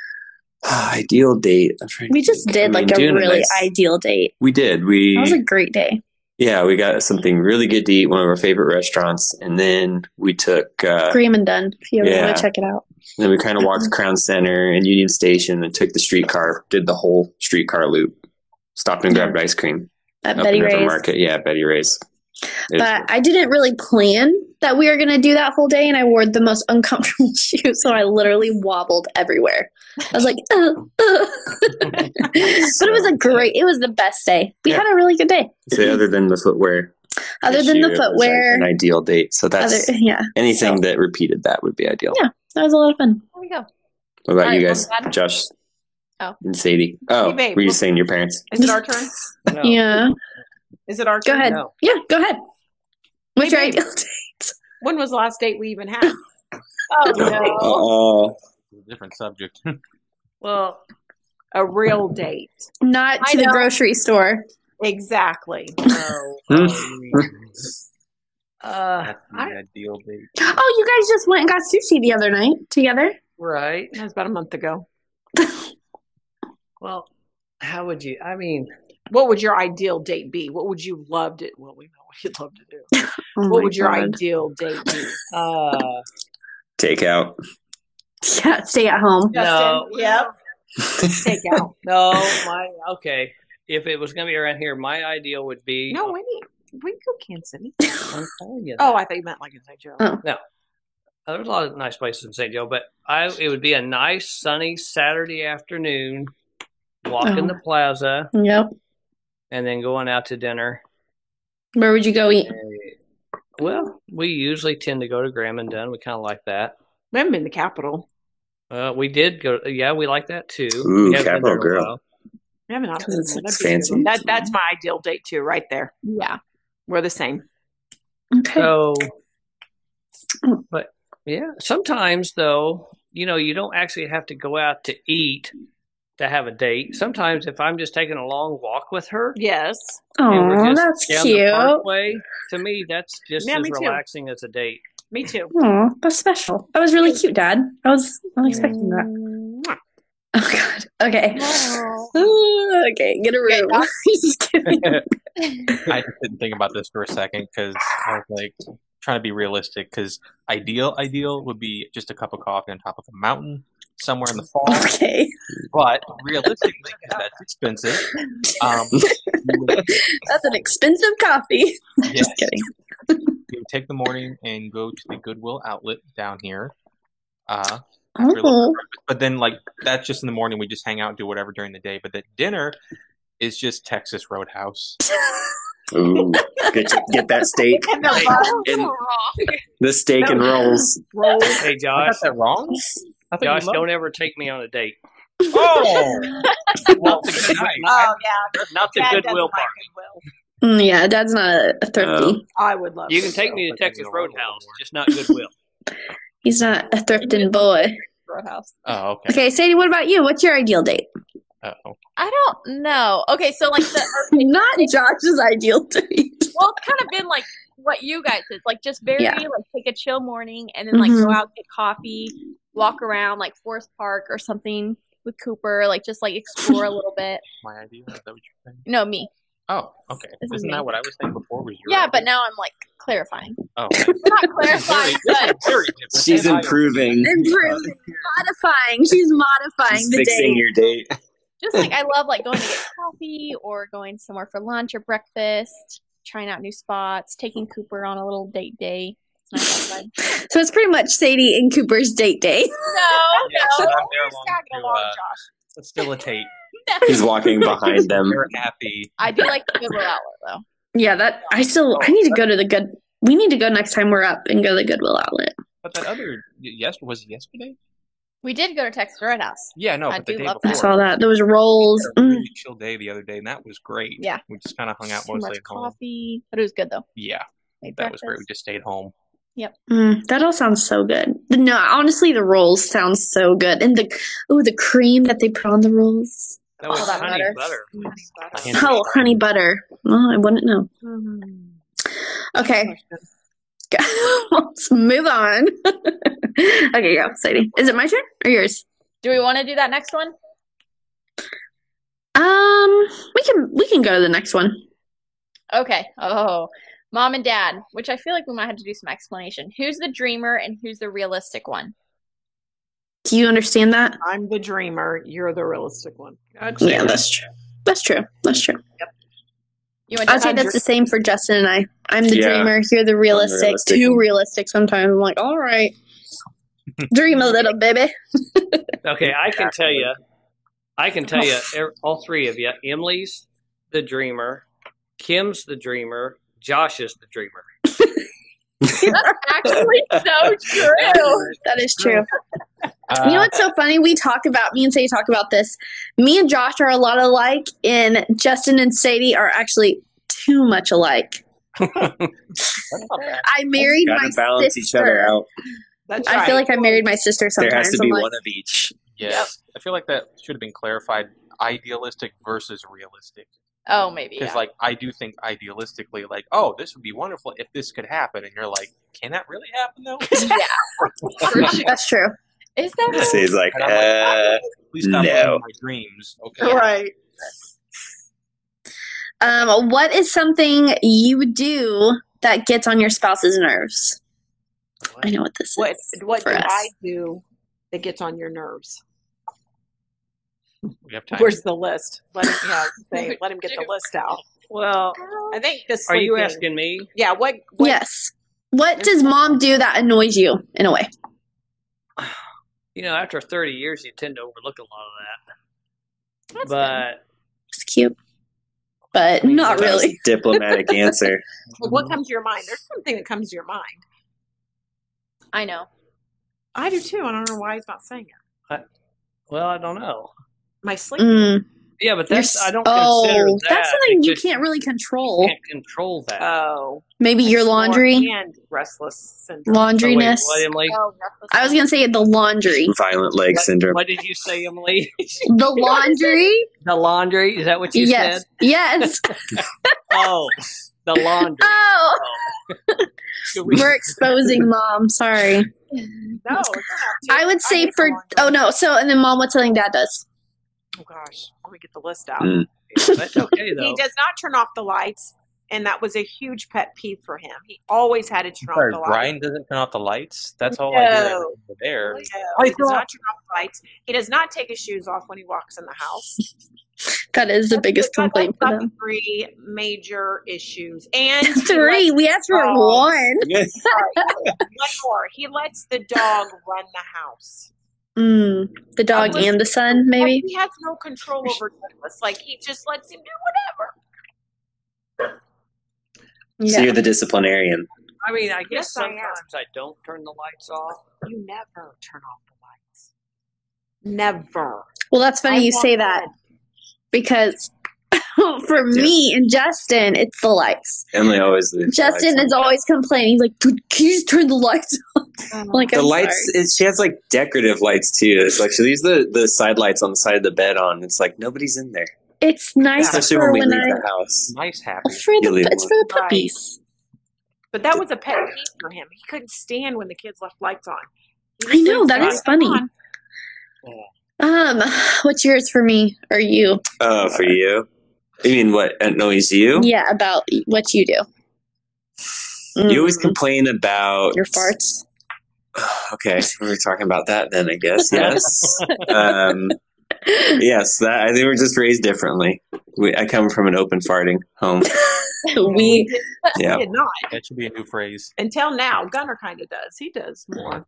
Speaker 4: ideal date. I'm trying to
Speaker 1: We just
Speaker 4: think. I
Speaker 1: did
Speaker 4: mean,
Speaker 1: like a
Speaker 4: doing
Speaker 1: really
Speaker 4: nice-
Speaker 1: ideal date.
Speaker 4: We did. We
Speaker 1: That was a great day.
Speaker 4: yeah, we got something really good to eat. One of our favorite restaurants, and then we took. Uh,
Speaker 1: Graham and Dunn, if you ever
Speaker 4: Yeah.
Speaker 1: want to check it out.
Speaker 4: then we kind of walked Crown Center and Union Station, and took the streetcar. Did the whole streetcar loop. Stopped and grabbed ice cream.
Speaker 1: At
Speaker 4: up
Speaker 1: Betty
Speaker 4: in River
Speaker 1: Ray's.
Speaker 4: Market. Yeah, Betty Ray's. It was-
Speaker 1: But I didn't really plan that we were going to do that whole day, and I wore the most uncomfortable shoes, so I literally wobbled everywhere. I was like, uh, uh. but it was a great, it was the best day. We
Speaker 4: Yeah.
Speaker 1: had a really good day.
Speaker 4: so other than the footwear,
Speaker 1: Other than
Speaker 4: issue,
Speaker 1: the
Speaker 4: it was, like,
Speaker 1: footwear,
Speaker 4: an ideal date. So
Speaker 1: other,
Speaker 4: that's
Speaker 1: yeah,
Speaker 4: anything that repeated that would be ideal.
Speaker 1: Yeah. that was a lot of fun.
Speaker 2: There we go.
Speaker 4: What about
Speaker 2: All
Speaker 4: you
Speaker 2: right,
Speaker 4: guys,
Speaker 2: well, I'm glad-
Speaker 4: Josh?
Speaker 2: Oh.
Speaker 4: and Sadie. Oh,
Speaker 3: Hey, babe.
Speaker 4: were you saying your parents?
Speaker 3: Is it our turn?
Speaker 6: No.
Speaker 4: Oh.
Speaker 1: Yeah,
Speaker 3: Is it our
Speaker 1: Go
Speaker 3: turn?
Speaker 1: ahead.
Speaker 6: No.
Speaker 1: yeah, go ahead. What's your
Speaker 3: Hey, babe.
Speaker 1: ideal date?
Speaker 3: When was the last date we even had?
Speaker 2: Oh no.
Speaker 4: Oh,
Speaker 5: Different subject.
Speaker 3: Well, a real date.
Speaker 1: Not
Speaker 2: I
Speaker 1: to the
Speaker 2: know.
Speaker 1: grocery store.
Speaker 3: Exactly.
Speaker 6: No.
Speaker 3: Oh. Uh,
Speaker 5: That's the
Speaker 3: I-
Speaker 5: ideal date.
Speaker 1: Oh, you guys just went and got sushi the other night together.
Speaker 6: right.
Speaker 3: that was about a month ago.
Speaker 6: Well, How would you? I mean,
Speaker 3: What would your ideal date be? What would you love to? Well, we know what you'd love to do.
Speaker 1: Oh
Speaker 3: what
Speaker 1: my
Speaker 3: would your
Speaker 1: God.
Speaker 3: ideal date be?
Speaker 6: uh,
Speaker 4: Take out.
Speaker 1: Yeah, stay at home.
Speaker 6: No.
Speaker 3: Justin, yep. Take out.
Speaker 6: no, Oh, my okay. If it was gonna be around here, my ideal would be.
Speaker 3: No, we need we go Kansas City.
Speaker 6: I'm telling you.
Speaker 3: Oh,
Speaker 6: that. Oh,
Speaker 3: I thought you meant like in St. Joe.
Speaker 1: Oh.
Speaker 6: there's a lot of nice places in St. Joe, but I it would be a nice sunny Saturday afternoon, walking
Speaker 1: Oh.
Speaker 6: the plaza,
Speaker 1: Yep.
Speaker 6: and then going out to dinner.
Speaker 1: Where would you go eat?
Speaker 6: Well, we usually tend to go to Graham and Dunn. We kind of like that.
Speaker 3: We haven't been to Capital.
Speaker 6: Uh, we did go. Yeah, we like that too.
Speaker 4: Ooh,
Speaker 6: We
Speaker 4: Capital
Speaker 6: haven't been there in a
Speaker 4: Grill.
Speaker 6: while.
Speaker 3: We haven't.
Speaker 4: That's-
Speaker 3: That'd
Speaker 4: that's
Speaker 3: be a good
Speaker 4: fancy.
Speaker 3: one. That that's my ideal date too, right there.
Speaker 2: Yeah.
Speaker 3: We're the same.
Speaker 1: Okay.
Speaker 4: Uh,
Speaker 6: So, but yeah, sometimes though, you know, you don't actually have to go out to eat to have a date. Sometimes if I'm just taking a long walk with her,
Speaker 3: Yes.
Speaker 6: and we're
Speaker 1: Oh,
Speaker 6: just
Speaker 1: that's
Speaker 6: down
Speaker 1: cute.
Speaker 6: The parkway, to me, that's just
Speaker 3: Yeah,
Speaker 6: as
Speaker 3: me too.
Speaker 6: relaxing as a date.
Speaker 3: Me too.
Speaker 1: Oh, that's special. That was really cute, Dad. I was not expecting that.
Speaker 3: Mwah.
Speaker 1: Oh God. Okay. Ooh, okay. Get a room. Just kidding.
Speaker 5: I just didn't think about this for a second because I was like trying to be realistic. Because ideal, ideal would be just a cup of coffee on top of a mountain somewhere in the fall.
Speaker 1: Okay.
Speaker 5: But realistically, 'cause that's expensive. Um, you would,
Speaker 1: That's an expensive coffee.
Speaker 5: yes,
Speaker 1: Just kidding.
Speaker 5: you would take the morning and go to the Goodwill outlet down here. Uh,
Speaker 1: Oh,
Speaker 5: but then, like that's just in the morning. We just hang out and do whatever during the day. But the dinner is just Texas Roadhouse.
Speaker 1: Mm-hmm.
Speaker 4: Ooh, get, get that steak,
Speaker 3: And the love
Speaker 4: and the steak and rolls.
Speaker 3: roll.
Speaker 6: Hey,
Speaker 5: I
Speaker 6: Josh,
Speaker 5: got that wrong. I thought you
Speaker 6: Josh,
Speaker 5: loved-
Speaker 6: don't ever take me on a date.
Speaker 5: Oh,
Speaker 6: Not the,
Speaker 3: Oh yeah.
Speaker 6: not the
Speaker 3: Dad doesn't
Speaker 6: Goodwill
Speaker 3: like
Speaker 6: part.
Speaker 3: Goodwill.
Speaker 1: Mm, yeah, Dad's not a, a thrifty.
Speaker 4: Oh.
Speaker 3: I would love.
Speaker 6: You can
Speaker 3: Goodwill.
Speaker 6: take me to
Speaker 5: Sounds like I
Speaker 6: Texas
Speaker 5: need a little
Speaker 6: Roadhouse,
Speaker 5: more.
Speaker 6: just not Goodwill.
Speaker 1: He's not a thrifting boy.
Speaker 2: Roadhouse.
Speaker 5: oh, okay.
Speaker 1: Okay, Sadie. What about you? What's your ideal date?
Speaker 5: Uh-oh.
Speaker 2: I don't know. Okay, so like the
Speaker 1: Not Josh's ideal date.
Speaker 2: well, it's kind of been like what you guys did, like just very
Speaker 1: Yeah.
Speaker 2: like take a chill morning and then like go
Speaker 1: Mhm.
Speaker 2: out get coffee, walk around like Forest Park or something with Cooper, like just like explore a little bit.
Speaker 5: My idea. Is that what you're saying?
Speaker 2: No, me.
Speaker 5: Oh, okay.
Speaker 2: This is
Speaker 5: Isn't
Speaker 2: me.
Speaker 5: that what I was saying before? Was your
Speaker 2: Yeah,
Speaker 5: idea?
Speaker 2: but now I'm like clarifying.
Speaker 5: Oh,
Speaker 2: Not clarifying, but
Speaker 5: very different.
Speaker 4: She's
Speaker 5: And I-
Speaker 4: improving.
Speaker 1: Improving, modifying. She's modifying
Speaker 4: She's
Speaker 1: the
Speaker 4: fixing
Speaker 1: date.
Speaker 4: your date.
Speaker 2: just like I love like going to get coffee or going somewhere for lunch or breakfast, trying out new spots, taking Cooper on a little date day. It's not that fun.
Speaker 1: so it's pretty much Sadie and Cooper's date day.
Speaker 2: No,
Speaker 5: Yeah, so
Speaker 2: no.
Speaker 5: I'm there
Speaker 3: Who's
Speaker 5: along
Speaker 3: tagging
Speaker 5: to,
Speaker 3: along,
Speaker 5: uh,
Speaker 3: Josh?
Speaker 5: facilitate.
Speaker 4: He's walking behind them.
Speaker 1: Mm.
Speaker 5: They're happy.
Speaker 2: I do like the Goodwill outlet though.
Speaker 1: Yeah, that I still I need to go to the good. We need to go next time we're up and go to the Goodwill outlet.
Speaker 5: But that other yes was it yesterday?
Speaker 2: We did go to Texas Roadhouse.
Speaker 5: Yeah, no,
Speaker 2: I
Speaker 5: but the
Speaker 2: do
Speaker 5: day
Speaker 2: love
Speaker 5: before.
Speaker 1: I saw that there was rolls.
Speaker 5: We had a
Speaker 1: Mm.
Speaker 5: really chill day the other day, and that was great.
Speaker 2: Yeah.
Speaker 5: we just kind of hung out
Speaker 2: So
Speaker 5: mostly
Speaker 2: much
Speaker 5: at home.
Speaker 2: coffee, but it was good though.
Speaker 5: Yeah,
Speaker 2: Made
Speaker 5: that was great. We
Speaker 2: breakfast.
Speaker 5: just stayed home.
Speaker 1: Mm, that all sounds so good. No, honestly, the rolls sound so good, and the oh, the cream that they put on the rolls.
Speaker 6: That was
Speaker 1: All that
Speaker 6: honey
Speaker 1: matters.
Speaker 6: butter.
Speaker 5: I hand-
Speaker 1: Oh, honey butter. Oh, I wouldn't know.
Speaker 3: Mhm.
Speaker 1: Okay, let's move on. okay, go, Sadie. Is it my turn or yours?
Speaker 2: Do we want to do that next one?
Speaker 1: Um, we can we can go to the next one.
Speaker 2: Okay. Oh, mom and dad, which I feel like we might have to do some explanation. Who's the dreamer and who's the realistic one?
Speaker 1: Do you understand that?
Speaker 3: I'm the dreamer. You're the realistic one.
Speaker 6: I'd say
Speaker 1: Yeah, that's true. That's true. That's true.
Speaker 2: You want
Speaker 1: I'd say
Speaker 2: to
Speaker 1: that's the same for Justin and I. I'm the
Speaker 4: Yeah.
Speaker 1: dreamer. You're the realistic.
Speaker 4: realistic.
Speaker 1: Too realistic sometimes. I'm like, all right, dream a little, baby.
Speaker 6: Okay, I can tell you. I can tell you, er- all three of you. Emily's the dreamer, Kim's the dreamer, Josh is the dreamer.
Speaker 2: actually so true.
Speaker 1: That is true.
Speaker 5: Uh,
Speaker 1: You know what's so funny? We talk about me and Sadie talk about this. Me and Josh are a lot alike, and Justin and Sadie are actually too much alike.
Speaker 5: that's not bad.
Speaker 1: I married
Speaker 4: Got
Speaker 1: my
Speaker 4: to balance each
Speaker 1: sister.
Speaker 4: other out.
Speaker 3: That's
Speaker 1: I
Speaker 3: right.
Speaker 1: feel like I married my sister sometimes.
Speaker 4: There has to
Speaker 1: I'm
Speaker 4: be
Speaker 1: like,
Speaker 4: one of each.
Speaker 5: Yes, I feel like that should have been clarified. Idealistic versus realistic.
Speaker 2: Oh, maybe.
Speaker 5: Because
Speaker 2: Yeah.
Speaker 5: like I do think idealistically, like oh, this would be wonderful if this could happen, and you're like, can that really happen though?
Speaker 1: That's true.
Speaker 2: Is that
Speaker 4: So he's like,
Speaker 5: And I'm like,
Speaker 4: uh,
Speaker 5: Please stop
Speaker 4: No.
Speaker 5: living my dreams. Okay.
Speaker 3: right.
Speaker 1: Um, what is something you do that gets on your spouse's nerves? I know what this
Speaker 3: What
Speaker 1: is.
Speaker 3: what do
Speaker 1: for us.
Speaker 3: I do that gets on your nerves?
Speaker 5: We have time.
Speaker 3: Where's the list? Let him, yeah, say, let him get the list out.
Speaker 6: Well,
Speaker 3: I think this.
Speaker 6: are you asking me?
Speaker 3: Yeah. What? what
Speaker 1: yes. What does mom do that annoys you in a way?
Speaker 6: You know, after 30 years, you tend to overlook a lot of that.
Speaker 2: That's
Speaker 6: but
Speaker 1: It's cute, but
Speaker 6: I mean,
Speaker 1: not
Speaker 6: that
Speaker 4: That was a
Speaker 1: really.
Speaker 4: diplomatic answer.
Speaker 3: Like, what comes to your mind? There's something that comes to your mind.
Speaker 2: I know.
Speaker 3: I do too. I don't know why he's not saying it.
Speaker 6: well, I don't know.
Speaker 3: My sleep.
Speaker 1: Mm.
Speaker 6: Yeah, but
Speaker 1: You're
Speaker 6: that's
Speaker 1: s-
Speaker 6: I don't consider
Speaker 1: oh,
Speaker 6: that.
Speaker 1: that's something you
Speaker 6: because
Speaker 1: can't really
Speaker 6: you
Speaker 1: control.
Speaker 6: can't control that.
Speaker 3: Oh,
Speaker 1: Maybe your laundry,
Speaker 3: and restless syndrome.
Speaker 6: Oh, wait,
Speaker 1: laundriness.
Speaker 6: what, Emily?
Speaker 2: Oh, reckless
Speaker 1: I was gonna say the laundry,
Speaker 4: Violent leg
Speaker 6: What-
Speaker 4: syndrome.
Speaker 6: What did you say, Emily?
Speaker 1: the laundry.
Speaker 6: the laundry? Is that what you
Speaker 1: yes,
Speaker 6: said?
Speaker 1: yes.
Speaker 6: Oh, the laundry.
Speaker 1: Oh,
Speaker 6: Should we-
Speaker 1: we're exposing mom. Sorry.
Speaker 3: No,
Speaker 1: I would say for. Oh no. So and then mom, what's something dad does?
Speaker 3: Oh gosh, let me get the list out.
Speaker 4: Mm.
Speaker 6: that's okay though.
Speaker 3: He does not turn off the lights, and that was a huge pet peeve for him. He always had to turn
Speaker 5: Sorry,
Speaker 3: off the lights.
Speaker 5: Brian doesn't turn off the lights. That's all I hear
Speaker 3: No.
Speaker 5: over there.
Speaker 3: No, he does not turn off the lights. He does not take his shoes off when he walks in the house.
Speaker 1: That is the biggest
Speaker 3: That's-
Speaker 1: complaint for
Speaker 3: that's
Speaker 1: them.
Speaker 3: Three major issues, and he
Speaker 1: Three. We asked for
Speaker 3: Oh.
Speaker 1: one.
Speaker 3: lets- one more. He lets the dog run the house.
Speaker 6: Oh.
Speaker 1: Mm, the dog
Speaker 3: was-
Speaker 1: and the son,
Speaker 3: Like,
Speaker 1: maybe.
Speaker 3: he has no control over Douglas. Like he just lets him do whatever.
Speaker 4: So
Speaker 1: Yeah.
Speaker 4: you're the disciplinarian.
Speaker 6: I mean, I guess
Speaker 3: Yes, I am.
Speaker 6: sometimes I, don't turn the lights off.
Speaker 3: You never turn off the lights. Never.
Speaker 1: Well, that's funny
Speaker 3: I
Speaker 1: you
Speaker 3: walk
Speaker 1: say that
Speaker 3: in.
Speaker 1: because for me and Justin, it's the lights.
Speaker 4: Emily always. leaves the
Speaker 1: Justin
Speaker 4: lights
Speaker 1: is
Speaker 4: on.
Speaker 1: always complaining. He's like, "Dude, can you just turn the lights on?"
Speaker 3: Oh.
Speaker 1: I'm like
Speaker 4: The
Speaker 1: I'm
Speaker 4: lights.
Speaker 1: sorry.
Speaker 4: Is, she has like decorative lights too. It's like she leaves the the side lights on the side of the bed on. It's like nobody's in there,
Speaker 1: It's nice
Speaker 4: especially
Speaker 1: for
Speaker 4: when we
Speaker 1: when,
Speaker 4: leave
Speaker 1: I.
Speaker 4: the house.
Speaker 5: Nice, happy.
Speaker 1: It's for
Speaker 4: You
Speaker 1: the
Speaker 4: leave
Speaker 1: it's
Speaker 4: one.
Speaker 1: for the
Speaker 3: Right.
Speaker 1: puppies.
Speaker 3: But that was a pet peeve for him. He couldn't stand when the kids left lights on. He
Speaker 1: I
Speaker 3: just
Speaker 1: know
Speaker 3: leaves
Speaker 1: that
Speaker 3: the
Speaker 1: is
Speaker 3: lights
Speaker 1: funny.
Speaker 3: on.
Speaker 1: Um, what's yours for me or you?
Speaker 4: Oh, for you. You mean what annoys you?
Speaker 1: Yeah, about what you do.
Speaker 4: You always
Speaker 1: Mm,
Speaker 4: complain about
Speaker 1: your farts.
Speaker 4: Okay, we were talking about that then. I guess yes. um, yes, that I think we're just raised differently. We, I come from an open farting home.
Speaker 1: we
Speaker 4: Yeah.
Speaker 3: He did not
Speaker 5: That should be a new phrase.
Speaker 3: until now. Gunner kind of does. He does more.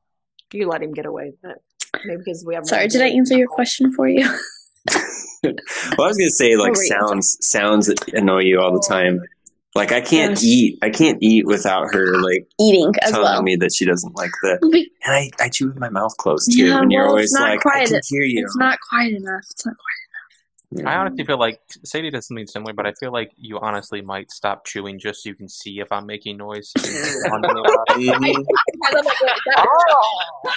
Speaker 3: You let him get away with it. Maybe because we have.
Speaker 1: sorry. Did I answer your question for you?
Speaker 4: Well, I was gonna say like
Speaker 1: Oh, wait.
Speaker 4: sounds sounds annoy you all the time. Like I can't
Speaker 1: Yes.
Speaker 4: eat. I can't eat without her like
Speaker 1: Eating as
Speaker 4: telling
Speaker 1: well.
Speaker 4: me that she doesn't like the.
Speaker 1: Be-
Speaker 4: And I, I chew with my mouth closed too,
Speaker 1: Yeah,
Speaker 4: and you're
Speaker 1: well,
Speaker 4: always
Speaker 1: it's not
Speaker 4: like, I
Speaker 1: quiet.
Speaker 4: can hear you.
Speaker 1: It's not quiet enough. It's not
Speaker 5: I honestly
Speaker 3: Mm.
Speaker 5: feel like Sadie does something similar, but I feel like you honestly might stop chewing just so you can see if I'm making noise. so you can warn me about it.
Speaker 4: Mhm.
Speaker 2: I'm like, wait, that-
Speaker 5: Oh.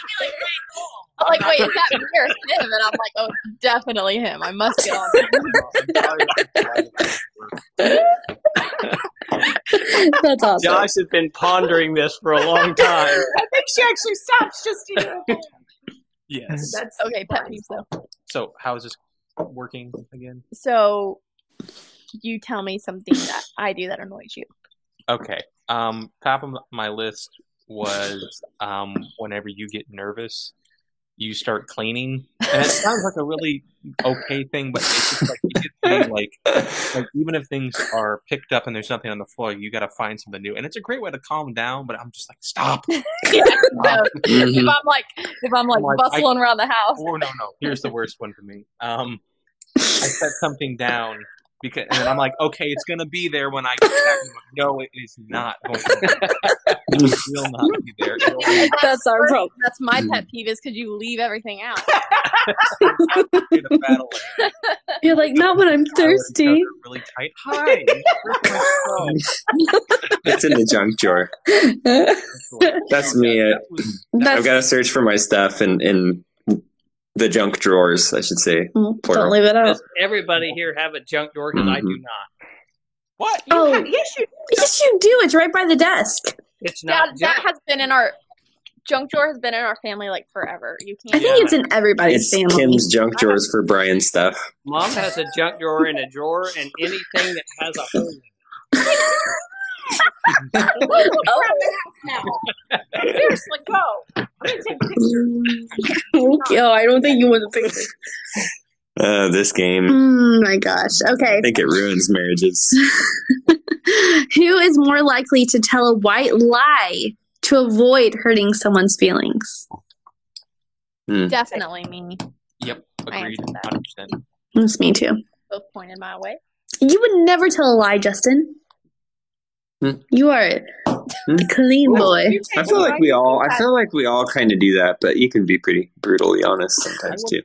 Speaker 2: I'm like, wait, is that me or him? And I'm like, oh, definitely him. I must get on. that.
Speaker 1: quiet. That's awesome.
Speaker 6: Josh has been pondering this for a long time.
Speaker 3: I think she actually stops just to do it.
Speaker 5: Yes.
Speaker 3: That's
Speaker 2: Okay, pet peeves though.
Speaker 5: So how is this working again?
Speaker 2: So you tell me something that I do that annoys you.
Speaker 5: Okay. Um, top of my list was um, whenever you get nervous, you start cleaning, and it sounds like a really okay thing, but it's just like you get to, like like even if things are picked up and there's nothing on the floor, you got to find something new, and it's a great way to calm down. But I'm just like, stop.
Speaker 2: So if
Speaker 4: Mm-hmm.
Speaker 2: I'm like, if I'm like
Speaker 5: I'm like, I-
Speaker 2: bustling around the house,
Speaker 5: Oh no, no. Here's the worst one for me. Um, I set something down because, and I'm like, okay, it's gonna be there when I get back. I'm like, no, it is not going to be there. It will not be there. It'll be
Speaker 1: That's our problem.
Speaker 2: that's my pet peeve is because you leave everything out.
Speaker 5: in a battle. land.
Speaker 1: You're like, not when I'm
Speaker 5: I would cover
Speaker 1: thirsty.
Speaker 5: it Really tight. Hi.
Speaker 4: it's
Speaker 5: That's
Speaker 4: in the junk drawer.
Speaker 1: That's
Speaker 4: That's me. uh, I've got to
Speaker 1: don't
Speaker 4: search for my stuff in in the junk drawers. I should say. plural.
Speaker 1: Mm, leave it out.
Speaker 6: Does everybody here have a junk door? Because I do
Speaker 4: Mhm.
Speaker 6: not.
Speaker 5: What?
Speaker 3: You
Speaker 1: Oh.
Speaker 3: have- yes, you
Speaker 1: Yes, you do. It's right by the desk.
Speaker 6: It's
Speaker 2: Yeah,
Speaker 6: not
Speaker 2: that
Speaker 6: junk.
Speaker 2: has been in our junk drawer has been in our family like forever. You
Speaker 1: I
Speaker 2: can't.
Speaker 1: think
Speaker 6: Yeah.
Speaker 1: it's in everybody's
Speaker 4: It's
Speaker 1: family.
Speaker 4: Kim's junk drawers for Brian's stuff.
Speaker 6: Mom has a junk drawer and a drawer and anything that has a hole. in it.
Speaker 1: Oh.
Speaker 3: now. Seriously, go. I'm gonna take pictures.
Speaker 1: oh, I don't think you want to pick.
Speaker 4: Uh, this game,
Speaker 1: Oh my gosh. Okay.
Speaker 4: I think it ruins marriages.
Speaker 1: Who is more likely to tell a white lie to avoid hurting someone's feelings?
Speaker 2: Definitely me.
Speaker 5: Yep,
Speaker 2: I
Speaker 5: agreed,
Speaker 2: answered that.
Speaker 5: hundred percent.
Speaker 1: That's me too.
Speaker 2: Both pointed my way.
Speaker 1: You would never tell a lie, Justin.
Speaker 4: Hmm.
Speaker 1: You are the clean boy.
Speaker 3: You
Speaker 4: I
Speaker 3: can't
Speaker 4: feel like
Speaker 3: write
Speaker 4: we all, I feel like we all kind of do that, but you can be pretty brutally honest sometimes too.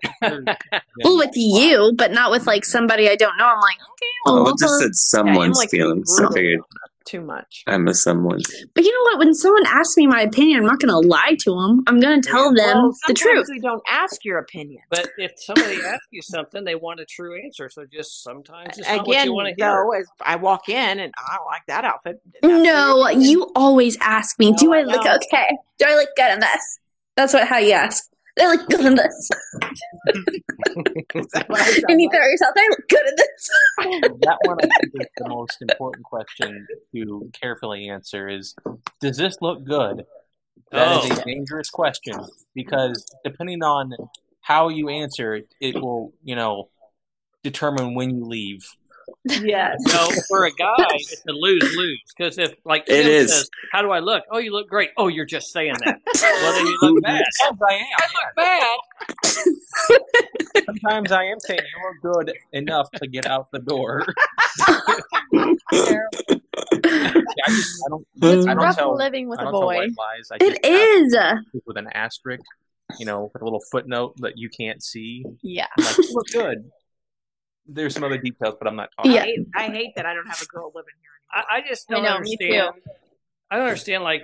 Speaker 1: Well, with you, but not with like somebody I don't know. I'm like, okay, well,
Speaker 4: Oh,
Speaker 1: we'll
Speaker 4: it just
Speaker 1: tell-
Speaker 4: said someone's
Speaker 3: like,
Speaker 4: feelings. I
Speaker 3: brutal.
Speaker 4: figured
Speaker 3: Too much.
Speaker 4: I'm a someone.
Speaker 1: But you know what? When someone asks me my opinion, I'm not going to lie to them. I'm going to tell them
Speaker 3: Well,
Speaker 1: the
Speaker 3: sometimes
Speaker 1: truth.
Speaker 3: We don't ask your opinion.
Speaker 6: But if somebody asks you something, they want a true answer. So just sometimes it's not what
Speaker 3: Again,
Speaker 6: you want to hear.
Speaker 3: though, as I walk in and I don't like that outfit. that's what
Speaker 1: No,
Speaker 3: you're thinking.
Speaker 1: you always ask me, do
Speaker 3: No,
Speaker 1: I
Speaker 3: I
Speaker 1: look
Speaker 3: don't.
Speaker 1: okay? Do I look good in this? That's what how you ask. Do I look good in this.
Speaker 3: Is that what I sound
Speaker 1: and you
Speaker 3: like?
Speaker 1: throw yourself, do I look good in this.
Speaker 5: that one I think is the most important question to carefully answer is does this look good?
Speaker 6: Oh.
Speaker 5: That is a dangerous question because depending on how you answer it, it will, you know, determine when you leave.
Speaker 3: Yes.
Speaker 6: No, for a guy, it's a lose lose. Because if like
Speaker 4: It
Speaker 6: Kim
Speaker 4: is.
Speaker 6: says, "How do I look?" Oh, you look great. Oh, you're just saying that. well, then you look bad.
Speaker 5: Yes, I am.
Speaker 6: Bad.
Speaker 5: Sometimes I am saying you look good enough to get out the door.
Speaker 2: Terrible.
Speaker 5: I, just, I don't,
Speaker 4: It's
Speaker 5: I don't
Speaker 2: Rough
Speaker 5: tell,
Speaker 2: living with
Speaker 5: I
Speaker 2: a
Speaker 5: don't tell
Speaker 2: boy.
Speaker 5: white lies. I
Speaker 1: It
Speaker 5: just ask
Speaker 1: is.
Speaker 5: with an asterisk, you know, with a little footnote that you can't see.
Speaker 2: Yeah.
Speaker 5: I'm like, you look good. There's some other details, but I'm not talking.
Speaker 1: Yeah.
Speaker 3: I, hate, I hate that I don't have a girl living here.
Speaker 6: I, I just
Speaker 2: I
Speaker 6: don't
Speaker 2: know, me
Speaker 6: understand. I don't understand. Like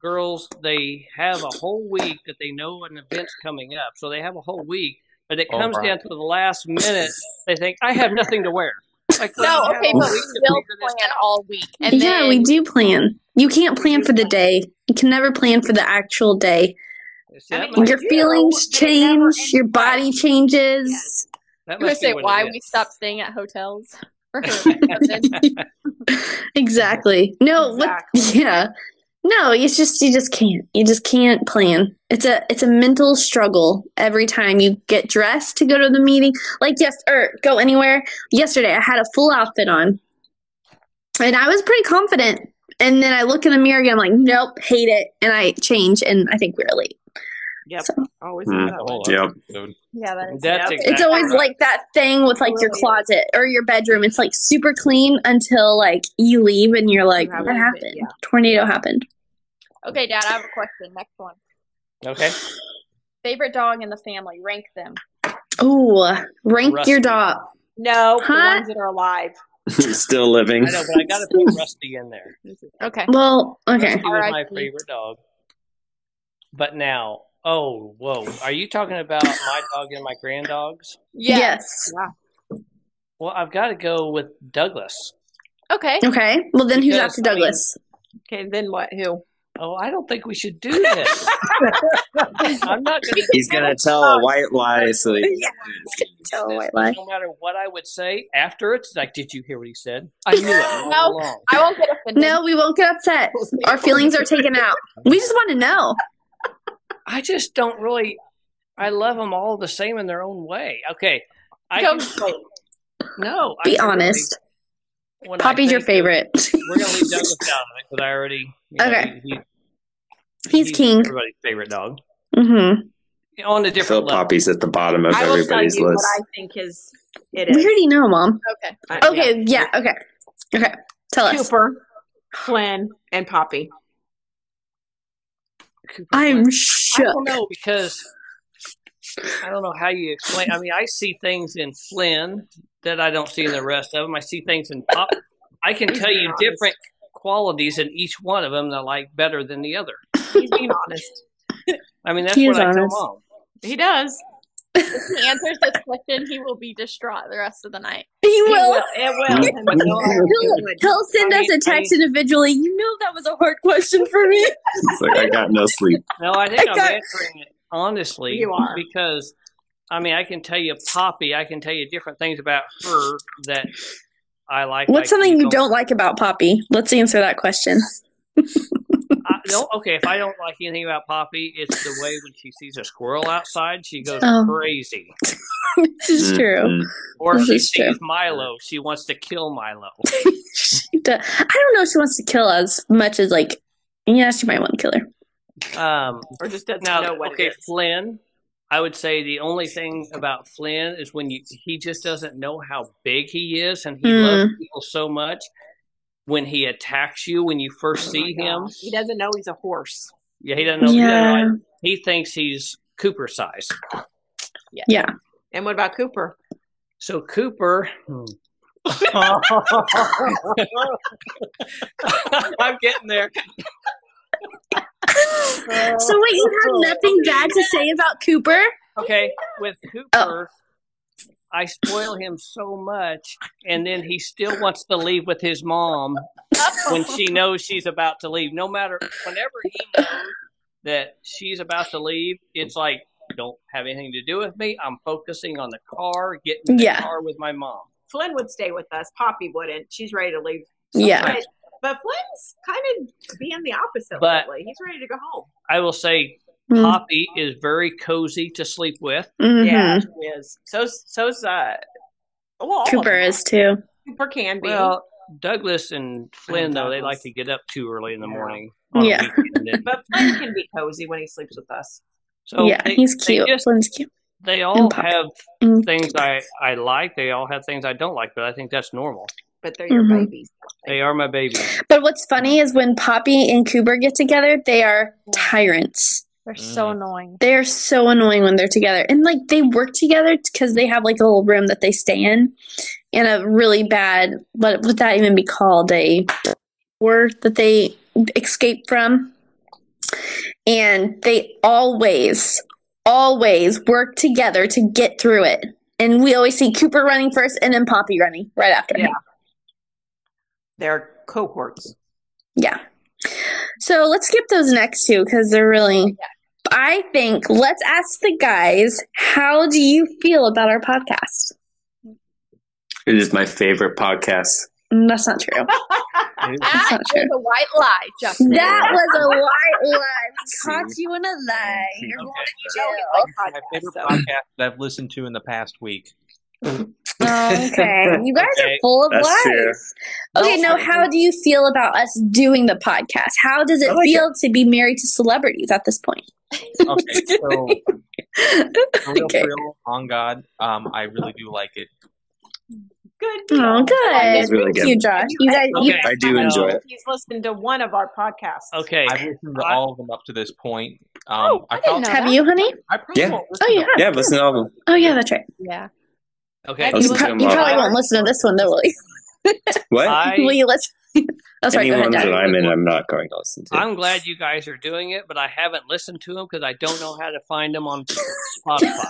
Speaker 6: girls, they have a whole week that they know an event's coming up, so they have a whole week. But it
Speaker 5: Oh,
Speaker 6: comes
Speaker 5: right.
Speaker 6: down to the last minute. They think I have nothing to wear. Like
Speaker 2: No,
Speaker 6: well, you
Speaker 2: okay,
Speaker 6: have a
Speaker 2: but we
Speaker 6: week to
Speaker 2: still
Speaker 6: figure this
Speaker 2: plan
Speaker 6: out.
Speaker 2: all week. And
Speaker 1: yeah,
Speaker 2: then
Speaker 1: we do plan. You can't plan for the day. You can never plan for the actual day.
Speaker 6: So that
Speaker 3: I mean,
Speaker 6: must-
Speaker 1: Your
Speaker 3: do,
Speaker 1: feelings
Speaker 3: but it never
Speaker 1: change,
Speaker 3: ends
Speaker 1: your body changes.
Speaker 6: that
Speaker 2: I'm gonna
Speaker 6: must be
Speaker 2: say
Speaker 6: what it
Speaker 2: why
Speaker 6: is.
Speaker 2: we stopped staying at hotels. For her.
Speaker 1: Exactly. No, what
Speaker 3: Exactly.
Speaker 1: yeah. No, it's just you just can't. You just can't plan. It's a it's a mental struggle every time you get dressed to go to the meeting. Like yes or go anywhere. Yesterday I had a full outfit on. And I was pretty confident. And then I look in the mirror again, I'm like, nope, hate it. And I change and I think we're late.
Speaker 3: Yep.
Speaker 1: So-
Speaker 3: Always
Speaker 4: Mm.
Speaker 3: Oh, that way.
Speaker 5: Hold on.
Speaker 4: Yep.
Speaker 5: Dude.
Speaker 2: yeah, that is
Speaker 6: That's
Speaker 3: Yep.
Speaker 6: exactly
Speaker 1: It's always
Speaker 6: right.
Speaker 1: like that thing with like your closet or your bedroom. It's like super clean until like you leave and you're like,
Speaker 3: Yeah,
Speaker 1: what
Speaker 3: we-
Speaker 1: happened?
Speaker 3: yeah.
Speaker 1: Tornado happened.
Speaker 2: okay, Dad. I have a question. Next one.
Speaker 6: okay.
Speaker 2: Favorite dog in the family. Rank them.
Speaker 1: Ooh, rank your
Speaker 6: Rusty.
Speaker 1: dog.
Speaker 3: No, the
Speaker 1: Huh?
Speaker 3: ones that are alive.
Speaker 4: Still living.
Speaker 6: I know, but I got to put Rusty in there.
Speaker 2: Okay.
Speaker 1: Well, okay.
Speaker 6: Rusty was my
Speaker 2: RIP.
Speaker 6: favorite dog. But now, oh, whoa. Are you talking about my dog and my grand dogs?
Speaker 2: Yeah.
Speaker 1: Yes.
Speaker 6: Well, I've got to go with Douglas.
Speaker 2: Okay.
Speaker 1: Okay. Well, then who's
Speaker 6: Because,
Speaker 1: after
Speaker 6: I mean-
Speaker 1: Douglas?
Speaker 3: Okay, then what? Who?
Speaker 6: Oh, I don't think we should do this. I'm not going to.
Speaker 4: He's gonna tell a white lie, so he-
Speaker 1: tell a white lie.
Speaker 6: No matter what I would say after it's like, did you hear what he said? I knew it all
Speaker 2: No.
Speaker 6: along.
Speaker 2: I won't get offended.
Speaker 1: No, we won't get upset. Our feelings are taken out. We just want to know.
Speaker 6: I just don't really. I love them all the same in their own way. Okay, I
Speaker 2: Go-
Speaker 6: can- no. I
Speaker 1: Be
Speaker 6: can really-
Speaker 1: honest.
Speaker 6: when I
Speaker 1: Poppy's your
Speaker 6: think-
Speaker 1: favorite.
Speaker 6: We're gonna leave Douglas out of it because I already. you know,
Speaker 1: Okay.
Speaker 6: he-
Speaker 1: He's king.
Speaker 6: Everybody's favorite dog
Speaker 1: Mm-hmm.
Speaker 6: on a
Speaker 4: Phil
Speaker 6: different level.
Speaker 4: Poppy's at the bottom of
Speaker 3: I will tell
Speaker 4: everybody's
Speaker 3: you
Speaker 4: list.
Speaker 3: what I think is it
Speaker 1: We
Speaker 3: is.
Speaker 1: already know, Mom.
Speaker 2: Okay.
Speaker 3: I-
Speaker 1: Okay. Yeah. Okay. Okay. Tell
Speaker 3: yeah.
Speaker 1: us.
Speaker 3: Cooper, Flynn, and Poppy.
Speaker 6: Cooper Flynn.
Speaker 1: I'm
Speaker 6: I
Speaker 1: shook.
Speaker 6: don't know because I don't know how you explain. I mean, I see things in Flynn that I don't see in the rest of them. I see things in Pop. I can tell you different qualities in each one of them that I like better than the other.
Speaker 3: He's being honest.
Speaker 6: I mean, that's
Speaker 1: He
Speaker 6: what
Speaker 1: is
Speaker 6: I tell
Speaker 1: honest.
Speaker 6: mom.
Speaker 3: He does.
Speaker 2: If he answers this question, he will be distraught the rest of the night.
Speaker 1: He will.
Speaker 3: It will.
Speaker 1: He'll, he'll send us a text individually. You know that was a hard question for me.
Speaker 4: It's like I got no sleep.
Speaker 6: No, I think
Speaker 1: I
Speaker 6: I'm
Speaker 1: got-
Speaker 6: answering it honestly.
Speaker 3: You are.
Speaker 6: because I mean I can tell you Poppy. I can tell you different things about her that I like.
Speaker 1: What's
Speaker 6: I
Speaker 1: something you don't like about Poppy? Let's answer that question.
Speaker 6: I, no, okay, if I don't like anything about Poppy, it's the way when she sees a squirrel outside, she goes
Speaker 1: Oh.
Speaker 6: crazy.
Speaker 1: this is true.
Speaker 4: Mm-mm.
Speaker 6: Or if
Speaker 1: This
Speaker 6: she
Speaker 1: is true.
Speaker 6: sees Milo, she wants to kill Milo.
Speaker 1: She do- I don't know if she wants to kill as much as like. Yeah, she might want to kill her.
Speaker 6: Um,
Speaker 3: Or just doesn't
Speaker 6: now,
Speaker 3: know what
Speaker 6: okay,
Speaker 3: it is.
Speaker 6: Flynn. I would say the only thing about Flynn is when you he just doesn't know how big he is, and he
Speaker 1: Hmm.
Speaker 6: loves people so much. When he attacks you, when you first
Speaker 3: Oh
Speaker 6: see him,
Speaker 3: He doesn't know he's a horse.
Speaker 6: yeah, he doesn't know. he doesn't
Speaker 1: yeah,
Speaker 6: know- He, thinks he's Cooper size.
Speaker 1: yeah.
Speaker 3: And what about Cooper?
Speaker 6: So Cooper, hmm. I'm getting there.
Speaker 1: so wait, you have nothing bad to say about Cooper?
Speaker 6: Okay, with
Speaker 1: Oh.
Speaker 6: Cooper, I spoil him so much, and then he still wants to leave with his mom when she
Speaker 1: Oh.
Speaker 6: knows she's about to leave. No matter whenever he knows that she's about to leave, it's like don't have anything to do with me. I'm focusing on the car, getting in the
Speaker 1: Yeah.
Speaker 6: car with my mom.
Speaker 3: Flynn would stay with us. Poppy wouldn't. She's ready to leave.
Speaker 1: Yeah.
Speaker 3: But, but Flynn's kind of being the opposite
Speaker 6: But-
Speaker 3: lately. He's ready to go home.
Speaker 6: I will say
Speaker 1: Mm.
Speaker 6: Poppy is very cozy to sleep with.
Speaker 1: Mhm.
Speaker 3: Yeah, she is. So's so's uh well, all of
Speaker 1: Cooper
Speaker 3: them.
Speaker 1: is too.
Speaker 3: Cooper can be.
Speaker 6: Well, Douglas and Flynn though they like
Speaker 3: Douglas.
Speaker 6: to get up too early in the
Speaker 3: Yeah.
Speaker 6: morning. on a
Speaker 1: Yeah.
Speaker 6: weekend, and-
Speaker 3: but Flynn can be cozy when he sleeps with us.
Speaker 6: so
Speaker 1: yeah,
Speaker 6: they-
Speaker 1: he's
Speaker 6: they
Speaker 1: cute.
Speaker 6: just-
Speaker 1: Flynn's cute.
Speaker 6: they all
Speaker 1: Poppy.
Speaker 6: have
Speaker 1: Mm.
Speaker 6: things I, I like. They all have things I don't like, but I think that's normal.
Speaker 3: But they're your
Speaker 1: Mhm.
Speaker 3: babies.
Speaker 6: They are my babies.
Speaker 1: But what's funny is when Poppy and Cooper get together, they are tyrants.
Speaker 2: They're
Speaker 5: so
Speaker 2: so
Speaker 5: Mm.
Speaker 2: annoying.
Speaker 1: They are so annoying when they're together. And like they work together because they have like a little room that they stay in and a really bad what would that even be called? A door that they escape from. And they always, always work together to get through it. And we always see Cooper running first and then Poppy running right after.
Speaker 3: Yeah. They're cohorts.
Speaker 1: Yeah. So let's skip those next two because they're really. I think let's ask the guys how do you feel about our podcast?
Speaker 4: It is my favorite podcast.
Speaker 1: Mm, That's not true. That's not true.
Speaker 2: a white lie, Justin.
Speaker 1: That was a white lie. We
Speaker 4: See?
Speaker 1: caught you in a lie. You're
Speaker 5: Okay.
Speaker 1: going
Speaker 5: My favorite
Speaker 3: So-
Speaker 5: podcast that I've listened to in the past week.
Speaker 1: to jail. okay. You guys are
Speaker 6: Okay,
Speaker 1: full of
Speaker 4: that's
Speaker 1: lies.
Speaker 4: fair.
Speaker 1: Okay, now how do you feel about us doing the podcast? How does it
Speaker 4: I like
Speaker 1: feel to be married to celebrities at this point?
Speaker 5: Okay, so for real,
Speaker 1: Okay.
Speaker 5: for real, on God, um, I really do like it.
Speaker 3: Good.
Speaker 1: Oh, good.
Speaker 4: That's really
Speaker 1: Thank
Speaker 4: good.
Speaker 1: you, Josh. You guys, you
Speaker 6: Okay.
Speaker 4: I do enjoy it.
Speaker 3: He's listened to one of our podcasts.
Speaker 6: Okay.
Speaker 5: I've listened to
Speaker 6: I-
Speaker 5: all of them up to this point. Um,
Speaker 2: Oh, I didn't
Speaker 5: prob-
Speaker 2: know.
Speaker 1: have you, honey?
Speaker 5: I probably
Speaker 4: Yeah.
Speaker 5: won't listen
Speaker 1: Oh, you
Speaker 5: to
Speaker 1: have.
Speaker 4: Yeah, listen to all of them.
Speaker 1: Oh, yeah, that's right.
Speaker 2: Yeah.
Speaker 6: Okay.
Speaker 4: Let's
Speaker 1: You,
Speaker 4: do
Speaker 1: pro-
Speaker 4: them
Speaker 1: you
Speaker 4: all.
Speaker 1: probably won't listen to this one though, will you?
Speaker 4: What?
Speaker 1: will
Speaker 6: I,
Speaker 1: you listen? That's right.
Speaker 4: Any
Speaker 1: Go ahead,
Speaker 4: ones that
Speaker 1: Dad.
Speaker 4: I'm in, I'm not going to listen to.
Speaker 6: I'm glad you guys are doing it, but I haven't listened to them because I don't know how to find them on Spotify.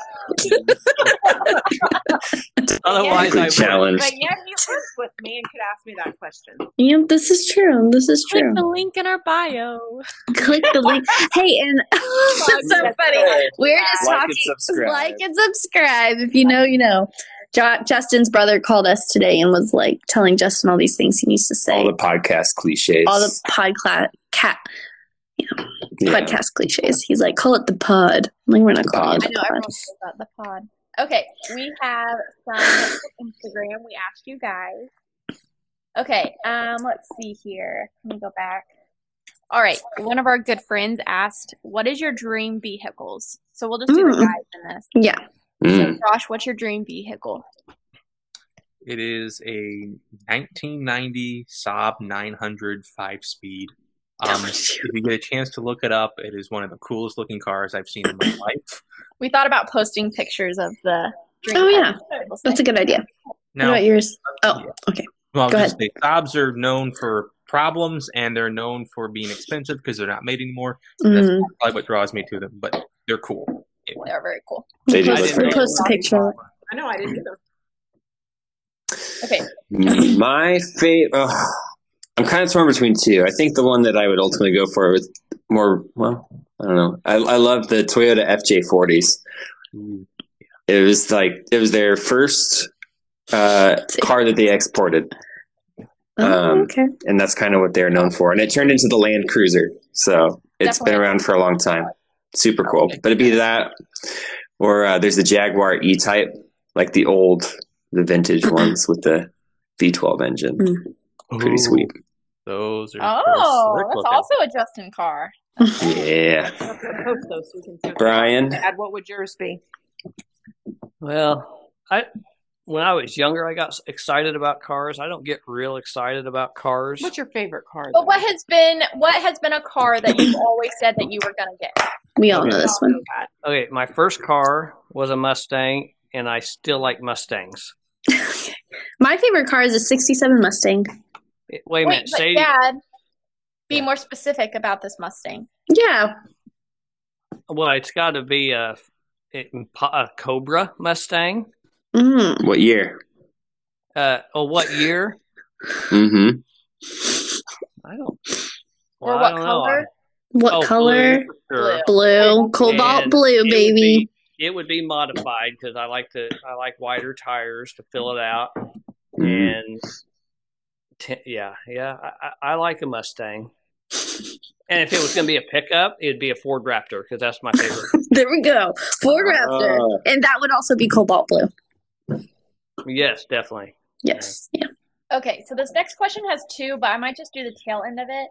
Speaker 6: Otherwise, I
Speaker 4: Good
Speaker 6: would.
Speaker 4: challenge.
Speaker 3: But yeah, he works with me and could ask me that question.
Speaker 1: Yeah, this is true. This is
Speaker 2: Click
Speaker 1: true.
Speaker 2: the link in our bio.
Speaker 1: Click the link. Hey, and that's so funny. We're just
Speaker 4: Oh, Like and
Speaker 1: talking.
Speaker 4: subscribe.
Speaker 1: Like and subscribe. If you know, you know. Jo- Justin's brother called us today and was like telling Justin all these things he needs to say.
Speaker 4: All the podcast cliches.
Speaker 1: all the podcast cat
Speaker 4: Yeah.
Speaker 1: podcast cliches. He's like, call it the pod. I'm like we're not
Speaker 4: The
Speaker 1: calling
Speaker 4: pod.
Speaker 2: I
Speaker 1: it the
Speaker 2: know
Speaker 1: pod.
Speaker 2: everyone says about the pod. Okay, we have some Instagram. We asked you guys. Okay, um, let's see here. Let me go back. All right, one of our good friends asked, "What is your dream vehicles?" So we'll just do the
Speaker 1: Mm.
Speaker 2: guys in this.
Speaker 1: Yeah.
Speaker 4: Mm.
Speaker 2: Josh, what's your dream vehicle?
Speaker 5: It is a 1990 Saab 900 five speed. Um, if you get a chance to look it up, it is one of the coolest looking cars I've seen in my life.
Speaker 2: We thought about posting pictures of the. Dream
Speaker 1: Oh yeah,
Speaker 2: vehicles.
Speaker 1: that's a good idea.
Speaker 5: Now,
Speaker 1: what about yours? Oh, okay.
Speaker 5: well,
Speaker 1: go
Speaker 5: just say, Saabs are known for problems and they're known for being expensive because they're not made anymore. That's
Speaker 1: Mm.
Speaker 5: probably what draws me to them, but they're cool.
Speaker 2: They're very cool.
Speaker 4: They do
Speaker 1: We'll
Speaker 4: look
Speaker 1: post, we'll
Speaker 4: very
Speaker 1: post a picture.
Speaker 3: I know I didn't either.
Speaker 2: Okay.
Speaker 4: My favorite. I'm kind of torn between two. I think the one that I would ultimately go for with more. Well, I don't know. I, I love the Toyota FJ40s. It was like it was their first uh, car that they exported,
Speaker 1: Oh,
Speaker 4: Um,
Speaker 1: okay.
Speaker 4: and that's kind of what they're known for. And it turned into the Land Cruiser, so it's been
Speaker 2: Definitely.
Speaker 4: around for a long time. Super cool. But it'd be that, or uh, there's the Jaguar E-Type, like the old, the vintage ones with the V12 engine. Pretty sweet.
Speaker 5: Those are
Speaker 2: Oh,
Speaker 5: they're
Speaker 2: that's
Speaker 5: slick looking.
Speaker 2: also a Justin car.
Speaker 4: Yeah.
Speaker 3: Let's get a post though, so we can see what-
Speaker 4: Brian.
Speaker 3: Add what would yours be?
Speaker 6: Well, I when I was younger, I got s- excited about cars. I don't get real excited about cars.
Speaker 3: What's your favorite car?
Speaker 1: Oh,
Speaker 2: But what has been what has been a car that you've always said that you were gonna get?
Speaker 1: We all
Speaker 4: Okay.
Speaker 1: know this one.
Speaker 6: Okay, my first car was a Mustang, and I still like Mustangs.
Speaker 1: My favorite car is a 67 Mustang.
Speaker 6: It- Wait
Speaker 2: Wait,
Speaker 6: a minute,
Speaker 2: but
Speaker 6: Sadie.
Speaker 2: Dad, be more specific about this Mustang.
Speaker 1: Yeah.
Speaker 6: Well, it's got to be a, it- a Cobra Mustang.
Speaker 1: Mm.
Speaker 4: What year?
Speaker 6: Uh, oh, what year?
Speaker 4: Mm-hmm.
Speaker 6: I don't.
Speaker 2: Or
Speaker 6: well, I
Speaker 2: what
Speaker 6: don't know.
Speaker 2: color?
Speaker 1: What
Speaker 6: Oh, blue,
Speaker 1: color?
Speaker 6: for sure.
Speaker 1: Blue. Cobalt
Speaker 6: And
Speaker 1: blue,
Speaker 6: it would
Speaker 1: baby.
Speaker 6: be- it would be modified because I like to I like wider tires to fill it out.
Speaker 1: Hmm.
Speaker 6: and t- yeah, yeah, I, I I like a Mustang. And if it was going to be a pickup, it'd be a Ford Raptor because that's my favorite.
Speaker 1: There we go. Ford
Speaker 6: Uh.
Speaker 1: Raptor.
Speaker 4: Oh.
Speaker 1: and that would also be cobalt blue.
Speaker 6: yes, definitely.
Speaker 1: Yes. Yeah.
Speaker 2: Okay, so this next question has two, but I might just do the tail end of it.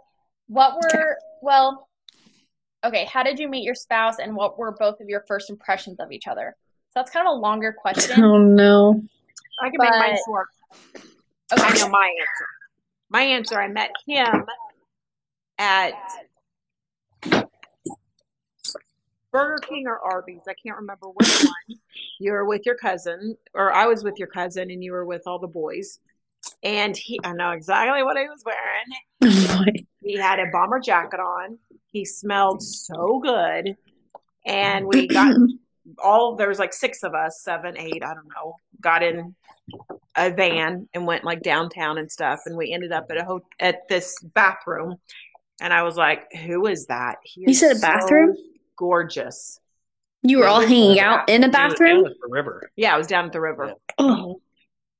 Speaker 2: What were well okay, how did you meet your spouse and what were both of your first impressions of each other? So that's kind of a longer question.
Speaker 1: Oh no.
Speaker 3: I can make mine
Speaker 2: But-
Speaker 3: short. I
Speaker 2: Okay.
Speaker 3: know my answer. My answer, I met him at Burger King or Arby's. I can't remember which one. You were with your cousin, or I was with your cousin, and you were with all the boys. And he, I know exactly what he was wearing.
Speaker 1: Oh, boy.
Speaker 3: He had a bomber jacket on. He smelled so good. And we got all there was like six of us, seven, eight, I don't know, got in a van and went like downtown and stuff, and we ended up at a ho- at this bathroom, and I was like, "Who is that?" He
Speaker 1: You
Speaker 3: is
Speaker 1: said a
Speaker 3: so
Speaker 1: bathroom?
Speaker 3: gorgeous.
Speaker 1: You were all hanging out in a
Speaker 6: It was
Speaker 1: bathroom?
Speaker 6: down at the river.
Speaker 3: Yeah, I was down at the river,
Speaker 1: Oh,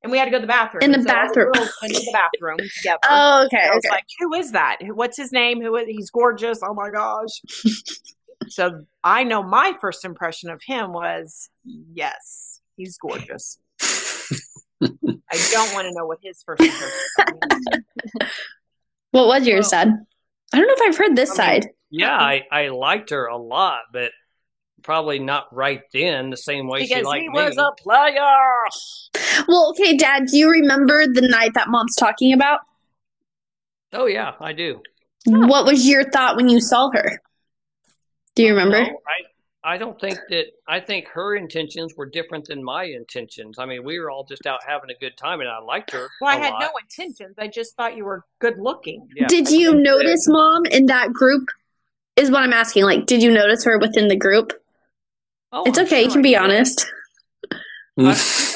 Speaker 3: and we had to go to the bathroom.
Speaker 1: In the
Speaker 3: And so all
Speaker 1: bathroom.
Speaker 3: girls went to the bathroom together.
Speaker 1: Oh, okay.
Speaker 3: I was
Speaker 1: okay.
Speaker 3: like, "Who is that? Who- What's his name? Who is? He's gorgeous. Oh my gosh!" so I know my first impression of him was, "Yes, he's gorgeous." I don't want to know what his first impression. was.
Speaker 1: What was yours, Dad? I don't know if I've heard this
Speaker 3: I mean-
Speaker 1: side.
Speaker 6: Yeah, I, I liked her a lot, but probably not right then the same way she
Speaker 3: because
Speaker 6: liked
Speaker 3: he
Speaker 6: me.
Speaker 3: was a player.
Speaker 1: Well, okay, Dad, do you remember the night that mom's talking about?
Speaker 6: oh yeah, I do.
Speaker 1: What was your thought when you saw her? Do you remember?
Speaker 6: No, I I don't think that I think her intentions were different than my intentions. I mean, we were all just out having a good time, and I liked her.
Speaker 3: Well, I
Speaker 6: a
Speaker 3: had
Speaker 6: lot.
Speaker 3: no intentions. I just thought you were good looking.
Speaker 6: Yeah.
Speaker 1: Did you notice mom in that group? Is what I'm asking. Like, did you notice her within the group?
Speaker 6: Oh,
Speaker 1: It's
Speaker 6: I'm
Speaker 1: okay. You
Speaker 6: sure
Speaker 1: can
Speaker 6: I
Speaker 1: be
Speaker 6: did.
Speaker 1: honest.
Speaker 6: I mean,
Speaker 4: That's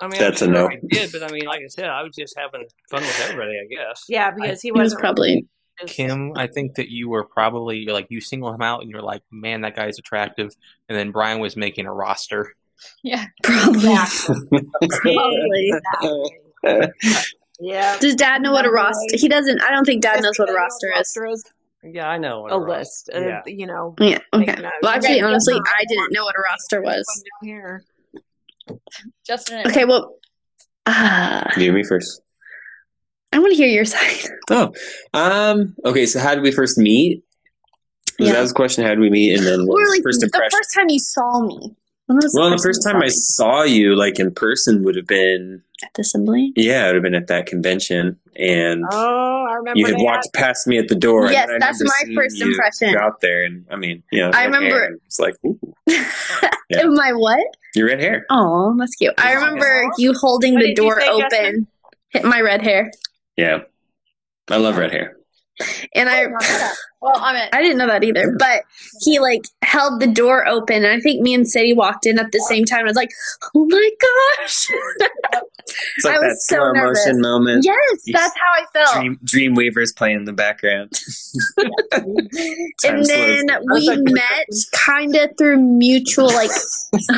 Speaker 6: I'm
Speaker 4: a
Speaker 6: sure
Speaker 4: no.
Speaker 6: I did, but I mean, like I said, I was just having fun with everybody, I guess.
Speaker 3: Yeah, because he
Speaker 1: It was
Speaker 3: wasn't
Speaker 1: probably.
Speaker 3: religious.
Speaker 5: Kim, I think that you were probably you're like you single him out and you're like, man, that guy's attractive. And then Brian was making a roster.
Speaker 1: Probably.
Speaker 3: Exactly.
Speaker 1: Probably.
Speaker 3: Exactly. yeah.
Speaker 1: Does Dad know what a
Speaker 3: Remember
Speaker 1: roster?
Speaker 3: when-
Speaker 1: He doesn't. I don't think Dad
Speaker 3: Yes,
Speaker 1: knows what a
Speaker 3: you know
Speaker 1: roster is.
Speaker 6: Yeah, I know. what
Speaker 3: A
Speaker 6: it was.
Speaker 3: list. uh,
Speaker 6: Yeah.
Speaker 3: you know.
Speaker 1: Yeah. Okay.
Speaker 3: Like, no,
Speaker 1: Well,
Speaker 3: you
Speaker 1: actually,
Speaker 3: guys
Speaker 1: honestly,
Speaker 3: don't know.
Speaker 1: I didn't know what a roster was.
Speaker 3: Here.
Speaker 2: Justin and
Speaker 1: Okay. Well, uh,
Speaker 4: You me first.
Speaker 1: I want to hear your side.
Speaker 4: Oh. Um, okay, so how did we first meet?
Speaker 1: Yeah.
Speaker 4: That was the question, how did we meet? And then what
Speaker 1: Or
Speaker 4: was
Speaker 1: like
Speaker 4: first
Speaker 1: the
Speaker 4: impression?
Speaker 1: first time you saw me. When was
Speaker 4: well, the first time I
Speaker 1: you saw
Speaker 4: saw you like in person would have been
Speaker 1: me? at the assembly.
Speaker 4: yeah, it would have been at that convention and
Speaker 3: Oh, I remember
Speaker 4: you had
Speaker 3: that.
Speaker 4: walked past me at the door.
Speaker 1: Yes,
Speaker 4: and then I
Speaker 1: that's
Speaker 4: remember
Speaker 1: my
Speaker 4: seeing
Speaker 1: first
Speaker 4: you
Speaker 1: impression.
Speaker 4: go Out there, and I mean, you know,
Speaker 1: I
Speaker 4: red
Speaker 1: remember-
Speaker 4: hair, and It's like ooh, Yeah.
Speaker 1: Am I what?
Speaker 4: your red hair.
Speaker 1: Oh, that's cute. I
Speaker 4: Yeah.
Speaker 1: remember you holding
Speaker 3: What
Speaker 1: the
Speaker 3: did you
Speaker 1: door
Speaker 3: say,
Speaker 1: open.
Speaker 3: Justin?
Speaker 1: Hit my red hair.
Speaker 4: Yeah, I love red hair.
Speaker 1: And
Speaker 3: Oh,
Speaker 1: I
Speaker 2: Well, I mean,
Speaker 1: I didn't know that either, but he like held the door open, and I think me and Sadie walked in at the same time. I was like, "Oh my gosh!"
Speaker 4: It's like
Speaker 1: I was
Speaker 4: that
Speaker 1: so
Speaker 4: slow motion
Speaker 1: nervous.
Speaker 4: moment.
Speaker 1: yes, that's how I felt.
Speaker 4: Dream Dreamweavers playing in the background. Time
Speaker 1: and
Speaker 4: slows
Speaker 1: then
Speaker 4: down.
Speaker 1: we met kind of through mutual like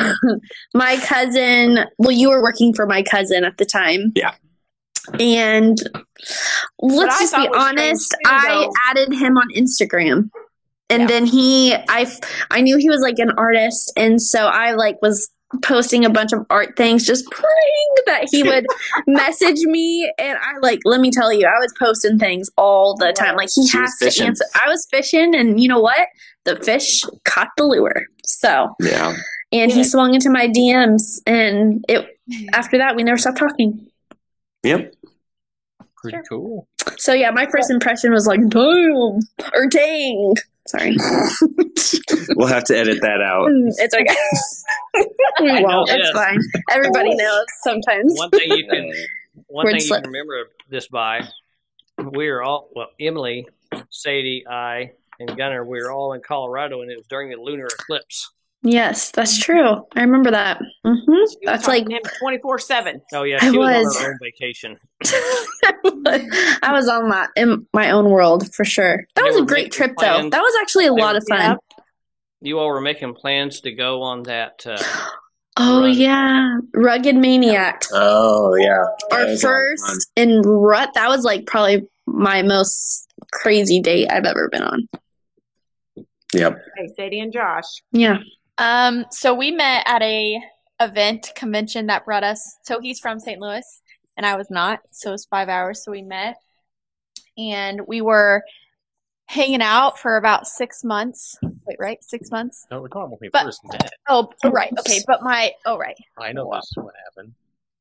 Speaker 1: my cousin well you were working for my cousin at the time
Speaker 4: Yeah.
Speaker 1: and let's
Speaker 3: I
Speaker 1: just
Speaker 3: thought
Speaker 1: be
Speaker 3: was strange
Speaker 1: honest
Speaker 3: too,
Speaker 1: i
Speaker 3: though-
Speaker 1: added him on instagram and
Speaker 3: Yeah.
Speaker 1: then he i f- i knew he was like an artist and so i like was posting a bunch of art things just praying that he would message me and i like let me tell you i was posting things all the time like he
Speaker 4: She was
Speaker 1: has to
Speaker 4: fishing.
Speaker 1: answer i was fishing and you know what the fish caught the lure so
Speaker 4: Yeah.
Speaker 1: and he swung into my dms and it after that we never stopped talking
Speaker 4: Yep.
Speaker 5: Pretty cool.
Speaker 1: so yeah my first impression was like damn or dang sorry
Speaker 4: We'll have to edit that out.
Speaker 1: it's okay
Speaker 6: I know
Speaker 1: it's
Speaker 6: this.
Speaker 1: fine everybody knows sometimes
Speaker 6: One thing you can one
Speaker 1: Word
Speaker 6: thing you
Speaker 1: slip.
Speaker 6: can remember this by, we were all well, Emily, Sadie, I, and Gunner. We were all in Colorado, and it was during the lunar eclipse.
Speaker 1: yes that's true i remember that hmm that's like
Speaker 3: twenty four seven.
Speaker 6: Oh yeah,
Speaker 1: I
Speaker 6: she was,
Speaker 1: was.
Speaker 6: on her own vacation.
Speaker 1: I was on that in my own world for sure. That
Speaker 6: They
Speaker 1: was a
Speaker 6: were
Speaker 1: great
Speaker 6: making
Speaker 1: trip though.
Speaker 6: plans.
Speaker 1: That was actually a
Speaker 6: They
Speaker 1: lot
Speaker 6: were-
Speaker 1: of fun.
Speaker 6: You all were making plans to go on that. Uh,
Speaker 1: Oh
Speaker 6: Right.
Speaker 1: yeah, Rugged Maniac.
Speaker 4: Oh yeah. That
Speaker 1: Our
Speaker 4: was a lot of fun.
Speaker 1: first in rut. That was like probably my most crazy date I've ever been on.
Speaker 4: Yep.
Speaker 3: Hey, Sadie and Josh.
Speaker 1: Yeah.
Speaker 2: Um, so we met at a event convention that brought us. So he's from St. Louis, and I was not. So it was five hours. So we met, and we were hanging out for about six months. Wait, right? Six months?
Speaker 5: No, we're talking about me
Speaker 2: But-
Speaker 5: first. and then.
Speaker 2: Oh, oh, right. Okay, but my oh, right.
Speaker 5: I know this is what happened.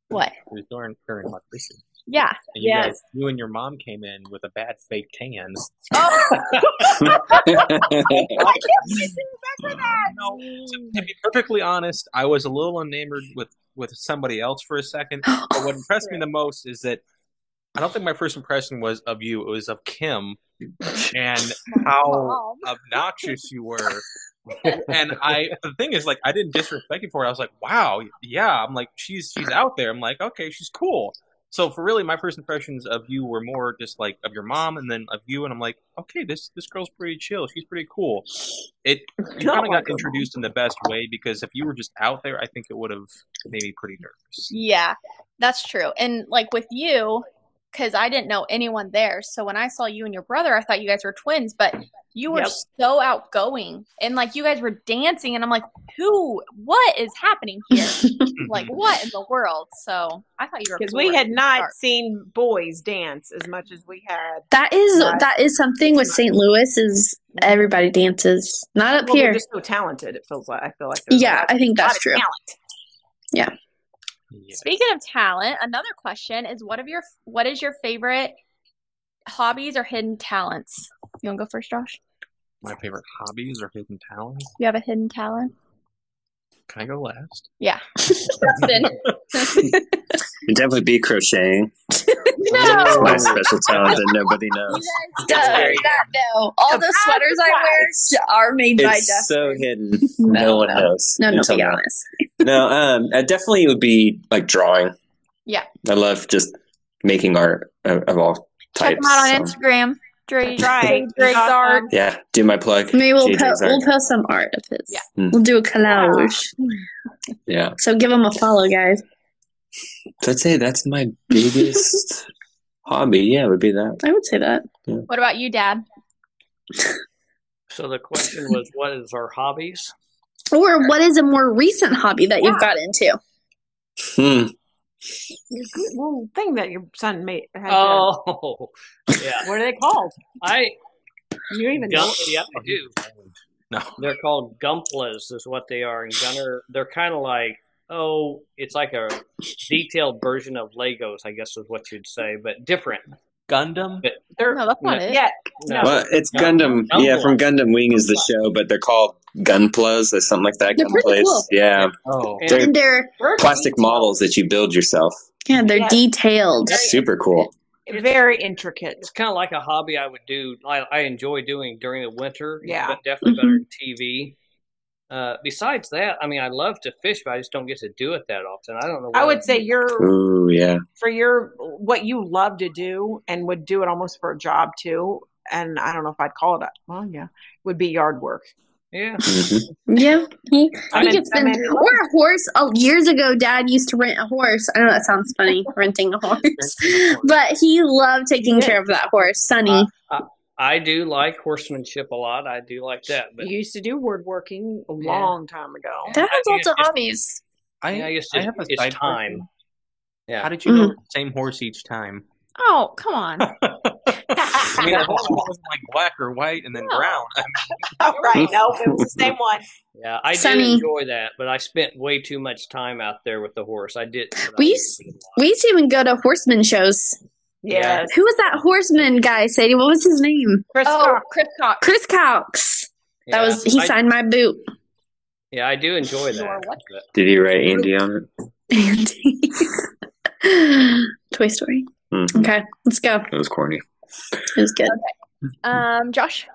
Speaker 2: What?
Speaker 5: It was during during audition.
Speaker 2: Yeah.
Speaker 5: And you
Speaker 3: Yes.
Speaker 5: guys, you and your mom came in with a bad fake tan.
Speaker 2: Oh,
Speaker 5: No, to, to be perfectly honest, I was a little enamored with with somebody else for a second. But what impressed me the most is that I don't think my first impression was of you; it was of Kim and how
Speaker 2: mom.
Speaker 5: obnoxious you were. and I, the thing is, like, I didn't disrespect you for it. I was like, wow, yeah. I'm like, she's she's out there. I'm like, okay, she's cool. So for really, my first impressions of you were more just like of your mom, and then of you, and I'm like, okay, this this girl's pretty chill. She's pretty cool. It you kind of got introduced in the best way because if you were just out there, I think it would have made me pretty nervous.
Speaker 2: Yeah, that's true. And like with you, because I didn't know anyone there. So when I saw you and your brother, I thought you guys were twins, but you were
Speaker 6: Yep.
Speaker 2: so outgoing and like you guys were dancing. And I'm like, who, what is happening here? like, what in the world? So I thought you were
Speaker 3: Because
Speaker 2: cool
Speaker 3: we
Speaker 2: right
Speaker 3: had
Speaker 2: from the
Speaker 3: not
Speaker 2: start.
Speaker 3: seen boys dance as much as we had.
Speaker 1: That is
Speaker 3: Right.
Speaker 1: that is something with St. Louis is everybody dances. Not up
Speaker 3: Well,
Speaker 1: here.
Speaker 3: they're just so talented. It feels like I feel like. there's a
Speaker 1: yeah,
Speaker 3: lot
Speaker 1: I think
Speaker 3: lot
Speaker 1: that's
Speaker 3: of
Speaker 1: true.
Speaker 3: talent.
Speaker 5: Yeah.
Speaker 2: Speaking of talent, another question is what of your what is your favorite hobbies or hidden talents? You want to go first, Josh?
Speaker 5: My favorite hobbies or hidden talents.
Speaker 2: You have a hidden talent?
Speaker 5: Can I go last?
Speaker 2: Yeah. Justin.
Speaker 4: It'd definitely be crocheting. It's my special talent that nobody knows.
Speaker 1: Does that though? All the sweaters I wear are made by
Speaker 4: It's
Speaker 1: Jeff.
Speaker 4: so hidden.
Speaker 1: No,
Speaker 4: No, one
Speaker 1: no.
Speaker 4: knows.
Speaker 1: No, no,
Speaker 4: until
Speaker 1: be
Speaker 4: now.
Speaker 1: honest.
Speaker 4: No, um, I definitely would be like drawing.
Speaker 2: Yeah.
Speaker 4: I love just making art of, of all
Speaker 2: Check
Speaker 4: types.
Speaker 2: them out on
Speaker 4: so,
Speaker 2: Instagram. Dre,
Speaker 3: Right.
Speaker 2: Drake's art.
Speaker 4: Yeah, do my plug.
Speaker 1: Maybe we'll
Speaker 4: JJ's
Speaker 1: po-
Speaker 4: art.
Speaker 1: we'll post some art of his.
Speaker 2: Yeah.
Speaker 4: Mm.
Speaker 1: We'll do a collage.
Speaker 4: Yeah.
Speaker 1: So give him a follow, guys.
Speaker 4: So I'd say that's my biggest hobby. Yeah, it would be that.
Speaker 1: I would say that.
Speaker 2: What about you, Dad?
Speaker 6: so the question was, what is our hobbies?
Speaker 1: Or what is a more recent hobby that you've got into?
Speaker 2: Oh,
Speaker 4: Hmm.
Speaker 3: Your good little thing that your son made. Had done.
Speaker 6: Oh, yeah.
Speaker 3: What are they called?
Speaker 6: I
Speaker 3: You even know?
Speaker 6: gum, yeah, I do.
Speaker 5: No.
Speaker 6: They're called gumplas, is what they are. And Gunner, they're kind of like, oh, it's like a detailed version of Legos, I guess is what you'd say, but different.
Speaker 5: Gundam.
Speaker 3: They're,
Speaker 2: No, that's not it.
Speaker 3: Yeah,
Speaker 6: No.
Speaker 4: Well, it's
Speaker 6: Gun-
Speaker 4: Gundam.
Speaker 6: Gunpla.
Speaker 4: Yeah, from Gundam Wing is the show, but they're called Gunplas or something like that.
Speaker 1: They're pretty
Speaker 4: Gunplays.
Speaker 1: cool.
Speaker 4: Yeah.
Speaker 5: Oh.
Speaker 6: And-
Speaker 4: They're
Speaker 1: And they're
Speaker 3: They're
Speaker 4: plastic
Speaker 3: detailed.
Speaker 4: models that you build yourself.
Speaker 1: yeah, they're
Speaker 3: Yeah.
Speaker 1: detailed.
Speaker 4: Super cool.
Speaker 3: very intricate.
Speaker 6: It's kind of like a hobby I would do. I, I enjoy doing during the winter. It's
Speaker 3: Yeah.
Speaker 6: be- definitely
Speaker 5: Mm-hmm.
Speaker 6: better than TV. Uh, besides that, I mean, I love to fish, but I just don't get to do it that often. I don't know.
Speaker 3: I
Speaker 6: why.
Speaker 3: would say you're
Speaker 4: Ooh, yeah.
Speaker 3: for your what you love to do and would do it almost for a job too. And I don't know if I'd call it a well, yeah, would be yard work.
Speaker 6: Yeah.
Speaker 4: Mhm.
Speaker 1: Yeah, he- I
Speaker 3: I
Speaker 1: think
Speaker 3: mean,
Speaker 1: it's
Speaker 3: I
Speaker 1: been
Speaker 3: mean-
Speaker 1: or a horse. Oh, years ago, Dad used to rent a horse. I know that sounds funny, renting a horse, but he loved taking care of that horse, Sonny.
Speaker 6: I do like horsemanship a lot. I do like that. But
Speaker 3: You used to do woodworking a
Speaker 6: Yeah.
Speaker 3: long time ago.
Speaker 1: Dad has
Speaker 6: I-
Speaker 1: lots of
Speaker 6: it's-
Speaker 1: hobbies.
Speaker 5: I,
Speaker 6: yeah, it's,
Speaker 5: I have a
Speaker 6: it's
Speaker 5: side
Speaker 6: time.
Speaker 5: question.
Speaker 6: Yeah.
Speaker 5: How did you
Speaker 1: Mm.
Speaker 5: know the same horse each time?
Speaker 2: Oh, come on.
Speaker 5: I mean, the horse wasn't like black or white and then brown. I mean,
Speaker 3: Oh, right. No, it was the same one.
Speaker 6: Yeah, I
Speaker 1: Sunny.
Speaker 6: do enjoy that, but I spent way too much time out there with the horse. I did. but I
Speaker 1: We
Speaker 6: did
Speaker 1: s-
Speaker 6: it a lot.
Speaker 1: We used to even go to horseman shows.
Speaker 3: Yes.
Speaker 1: Who was that horseman guy, Sadie? What was his name?
Speaker 3: Chris
Speaker 2: Oh,
Speaker 3: Cox.
Speaker 2: Chris Cox.
Speaker 1: Chris Cox. That
Speaker 6: Yeah,
Speaker 1: was he
Speaker 6: I-
Speaker 1: signed my boot.
Speaker 6: Yeah, I do enjoy
Speaker 2: You are
Speaker 6: that.
Speaker 2: what?
Speaker 6: but-
Speaker 4: Did he write Andy on it?
Speaker 1: Andy. Toy Story.
Speaker 4: Mm.
Speaker 1: Okay, let's go.
Speaker 4: That was corny.
Speaker 1: It was good.
Speaker 2: Um, Josh.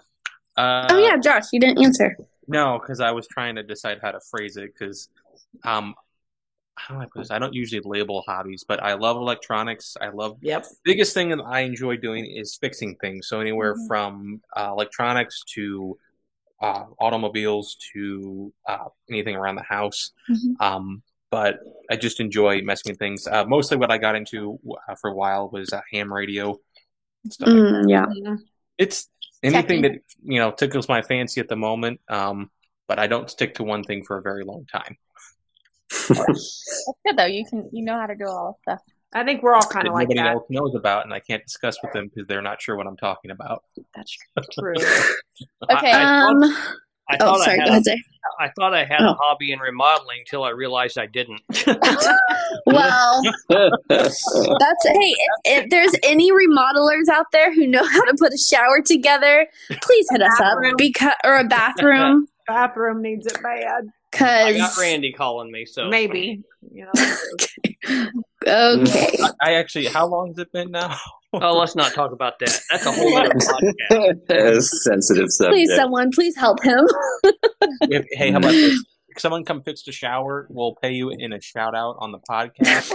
Speaker 5: uh,
Speaker 1: oh yeah, Josh, you didn't answer.
Speaker 5: No, because I was trying to decide how to phrase it. Because, um, how do I put this? I don't usually label hobbies, but I love electronics. I love
Speaker 3: Yep.
Speaker 5: biggest thing that I enjoy doing is fixing things. So anywhere
Speaker 3: Mm-hmm.
Speaker 5: from uh, electronics to uh, automobiles to uh, anything around the house.
Speaker 3: Mm-hmm.
Speaker 1: Mhm.
Speaker 5: Um, but I just enjoy messing with things. Uh, mostly, what I got into uh, for a while was uh, ham radio. and Stuff like
Speaker 1: Mm, yeah.
Speaker 3: Mm-hmm.
Speaker 5: it's anything
Speaker 2: Techie.
Speaker 5: that you know tickles my fancy at the moment um but i don't stick to one thing for a very long time
Speaker 2: That's good though. You can you know how to do all this stuff.
Speaker 3: I think we're all kind
Speaker 5: that
Speaker 3: of like
Speaker 5: nobody
Speaker 3: that.
Speaker 5: else knows about and i can't discuss with them because they're not sure what i'm talking about
Speaker 2: That's true.
Speaker 3: True.
Speaker 6: I-
Speaker 2: Okay.
Speaker 6: I, thought-
Speaker 1: Um.
Speaker 6: I
Speaker 1: Oh,
Speaker 6: thought I
Speaker 1: sorry. Go
Speaker 6: had a-
Speaker 1: ahead, Zay.
Speaker 6: I thought I had
Speaker 1: Oh.
Speaker 6: a hobby in remodeling until I realized I didn't. Oh.
Speaker 1: Well, that's hey. If, if there's any remodelers out there who know how to put a shower together, please hit us up
Speaker 3: Bathroom.
Speaker 1: because or a bathroom
Speaker 3: Bathroom needs it bad.
Speaker 6: I got
Speaker 1: because
Speaker 6: Randy calling me, so
Speaker 3: Maybe. You know.
Speaker 1: okay.
Speaker 5: I, I actually how long has it been now
Speaker 6: Oh, let's not talk about that. That's a whole other podcast.
Speaker 4: sensitive subject.
Speaker 1: Please, someone, please help him.
Speaker 5: if, hey how about this if someone come fix the shower we'll pay you in a shout out on the podcast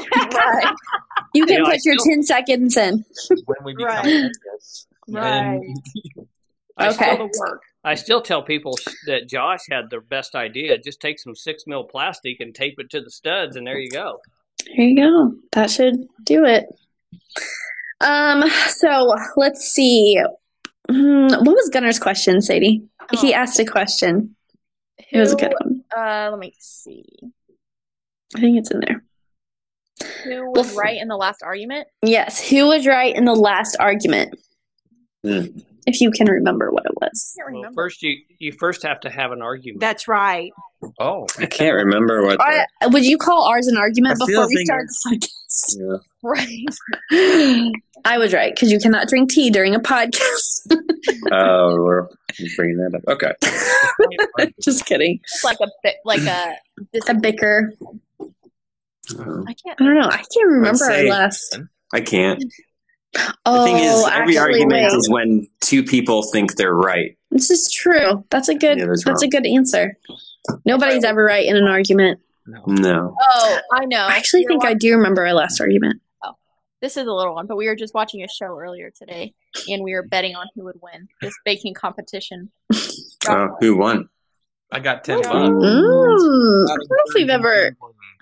Speaker 1: You can
Speaker 6: Yeah, I
Speaker 1: put your
Speaker 6: still-
Speaker 1: ten seconds in.
Speaker 5: when we become
Speaker 3: Right.
Speaker 5: famous.
Speaker 3: Right.
Speaker 5: Then-
Speaker 6: I
Speaker 1: Okay.
Speaker 6: still,
Speaker 3: All the work.
Speaker 6: I still tell people sh- that Josh had the best idea. Just take some six mil plastic and tape it to the studs, and there you go.
Speaker 1: There you go. That should do it. Um. So let's see. Hmm, what was Gunner's question, Sadie? He asked a question. It was a good one.
Speaker 2: Uh, let me see.
Speaker 1: I think it's in there.
Speaker 2: Who was
Speaker 1: Listen.
Speaker 2: right in the last argument?
Speaker 1: Yes. Who was right in the last argument?
Speaker 4: Hmm.
Speaker 1: If you can remember what it was.
Speaker 2: I can't
Speaker 6: Well,
Speaker 2: remember.
Speaker 6: first you you first have to have an argument.
Speaker 3: That's right.
Speaker 5: oh
Speaker 4: I can't remember what.
Speaker 1: All
Speaker 4: The,
Speaker 1: right, would you call ours an argument
Speaker 5: I feel
Speaker 1: before we
Speaker 5: the
Speaker 1: start
Speaker 5: thing
Speaker 1: the podcast?
Speaker 4: yeah.
Speaker 2: Right.
Speaker 1: I was right because you cannot drink tea during a podcast.
Speaker 4: Oh, we're bringing that up. Okay.
Speaker 1: Just kidding.
Speaker 2: It's like a bit like a.
Speaker 1: A bicker.
Speaker 2: I can't.
Speaker 1: I don't know. I can't remember our
Speaker 4: say-
Speaker 1: last.
Speaker 4: I can't.
Speaker 1: Oh,
Speaker 4: the thing is, every
Speaker 1: actually,
Speaker 4: argument
Speaker 1: wait.
Speaker 4: is when two people think they're right.
Speaker 1: This is true. That's a good.
Speaker 4: Yeah, there's
Speaker 1: that's
Speaker 4: wrong.
Speaker 1: a good answer. Nobody's ever right in an argument.
Speaker 4: No.
Speaker 2: Oh, I know.
Speaker 1: I actually
Speaker 2: We were
Speaker 1: think I
Speaker 2: watching-
Speaker 1: do remember our last argument.
Speaker 2: This is a little one, but we were just watching a show earlier today, and we were betting on who would win this baking competition.
Speaker 4: Oh, who won?
Speaker 5: i got 10 bucks
Speaker 4: Ooh.
Speaker 1: Mm, I don't know if we've ever.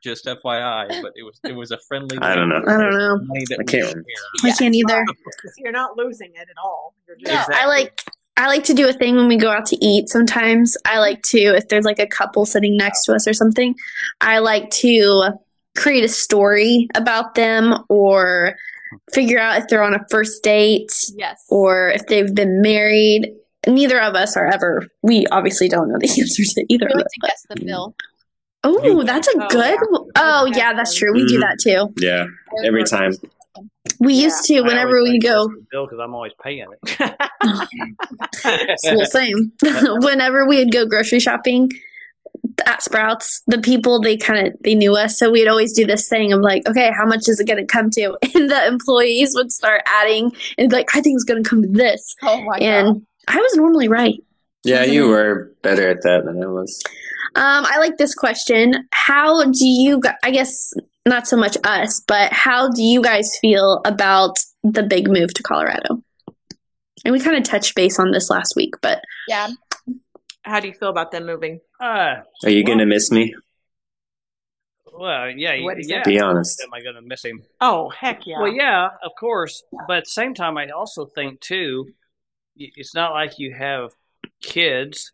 Speaker 5: just fyi but it was it was a friendly
Speaker 4: I don't know.
Speaker 1: I don't know.
Speaker 5: money that
Speaker 4: I
Speaker 5: we
Speaker 4: can't
Speaker 5: share.
Speaker 1: I can't either.
Speaker 3: You're not losing it at all. You're just,
Speaker 2: No.
Speaker 1: I like. I like to do a thing when we go out to eat. Sometimes I like to, if there's like a couple sitting next to us or something, I like to create a story about them or figure out if they're on a first date
Speaker 2: Yes.
Speaker 1: or if they've been married. Neither of us are ever. We obviously don't know the answer to either
Speaker 2: we
Speaker 1: of
Speaker 2: like
Speaker 1: us.
Speaker 2: to guess the bill.
Speaker 1: Oh, that's a
Speaker 3: Oh,
Speaker 1: good. Oh, yeah, that's true. We do
Speaker 4: Mhm.
Speaker 1: that too.
Speaker 4: Yeah. Every time.
Speaker 1: We
Speaker 3: Yeah.
Speaker 1: used to
Speaker 6: I
Speaker 1: whenever we
Speaker 6: always think
Speaker 1: go.
Speaker 6: that's the bill because I'm always paying it.
Speaker 1: Well, same. whenever we would go grocery shopping, at Sprouts, the people they kind of they knew us, so we'd always do this thing of like, okay, how much is it going to come to? And the employees would start adding and be like, I think it's going to come to this.
Speaker 2: Oh my god.
Speaker 1: and I was normally right.
Speaker 4: Yeah, you were better at that than I was.
Speaker 1: Um, I like this question. How do you? gu- I guess not so much us, but how do you guys feel about the big move to Colorado? And we kind of touched base on this last week, but
Speaker 2: Yeah.
Speaker 3: How do you feel about them moving?
Speaker 6: Uh,
Speaker 4: Are you gonna miss me?
Speaker 6: well, yeah,
Speaker 3: What is
Speaker 6: yeah.
Speaker 4: Be honest.
Speaker 6: Am I going to miss him?
Speaker 3: Oh heck yeah!
Speaker 6: Well, yeah, of course. But at the same time, I also think too, y- it's not like you have kids.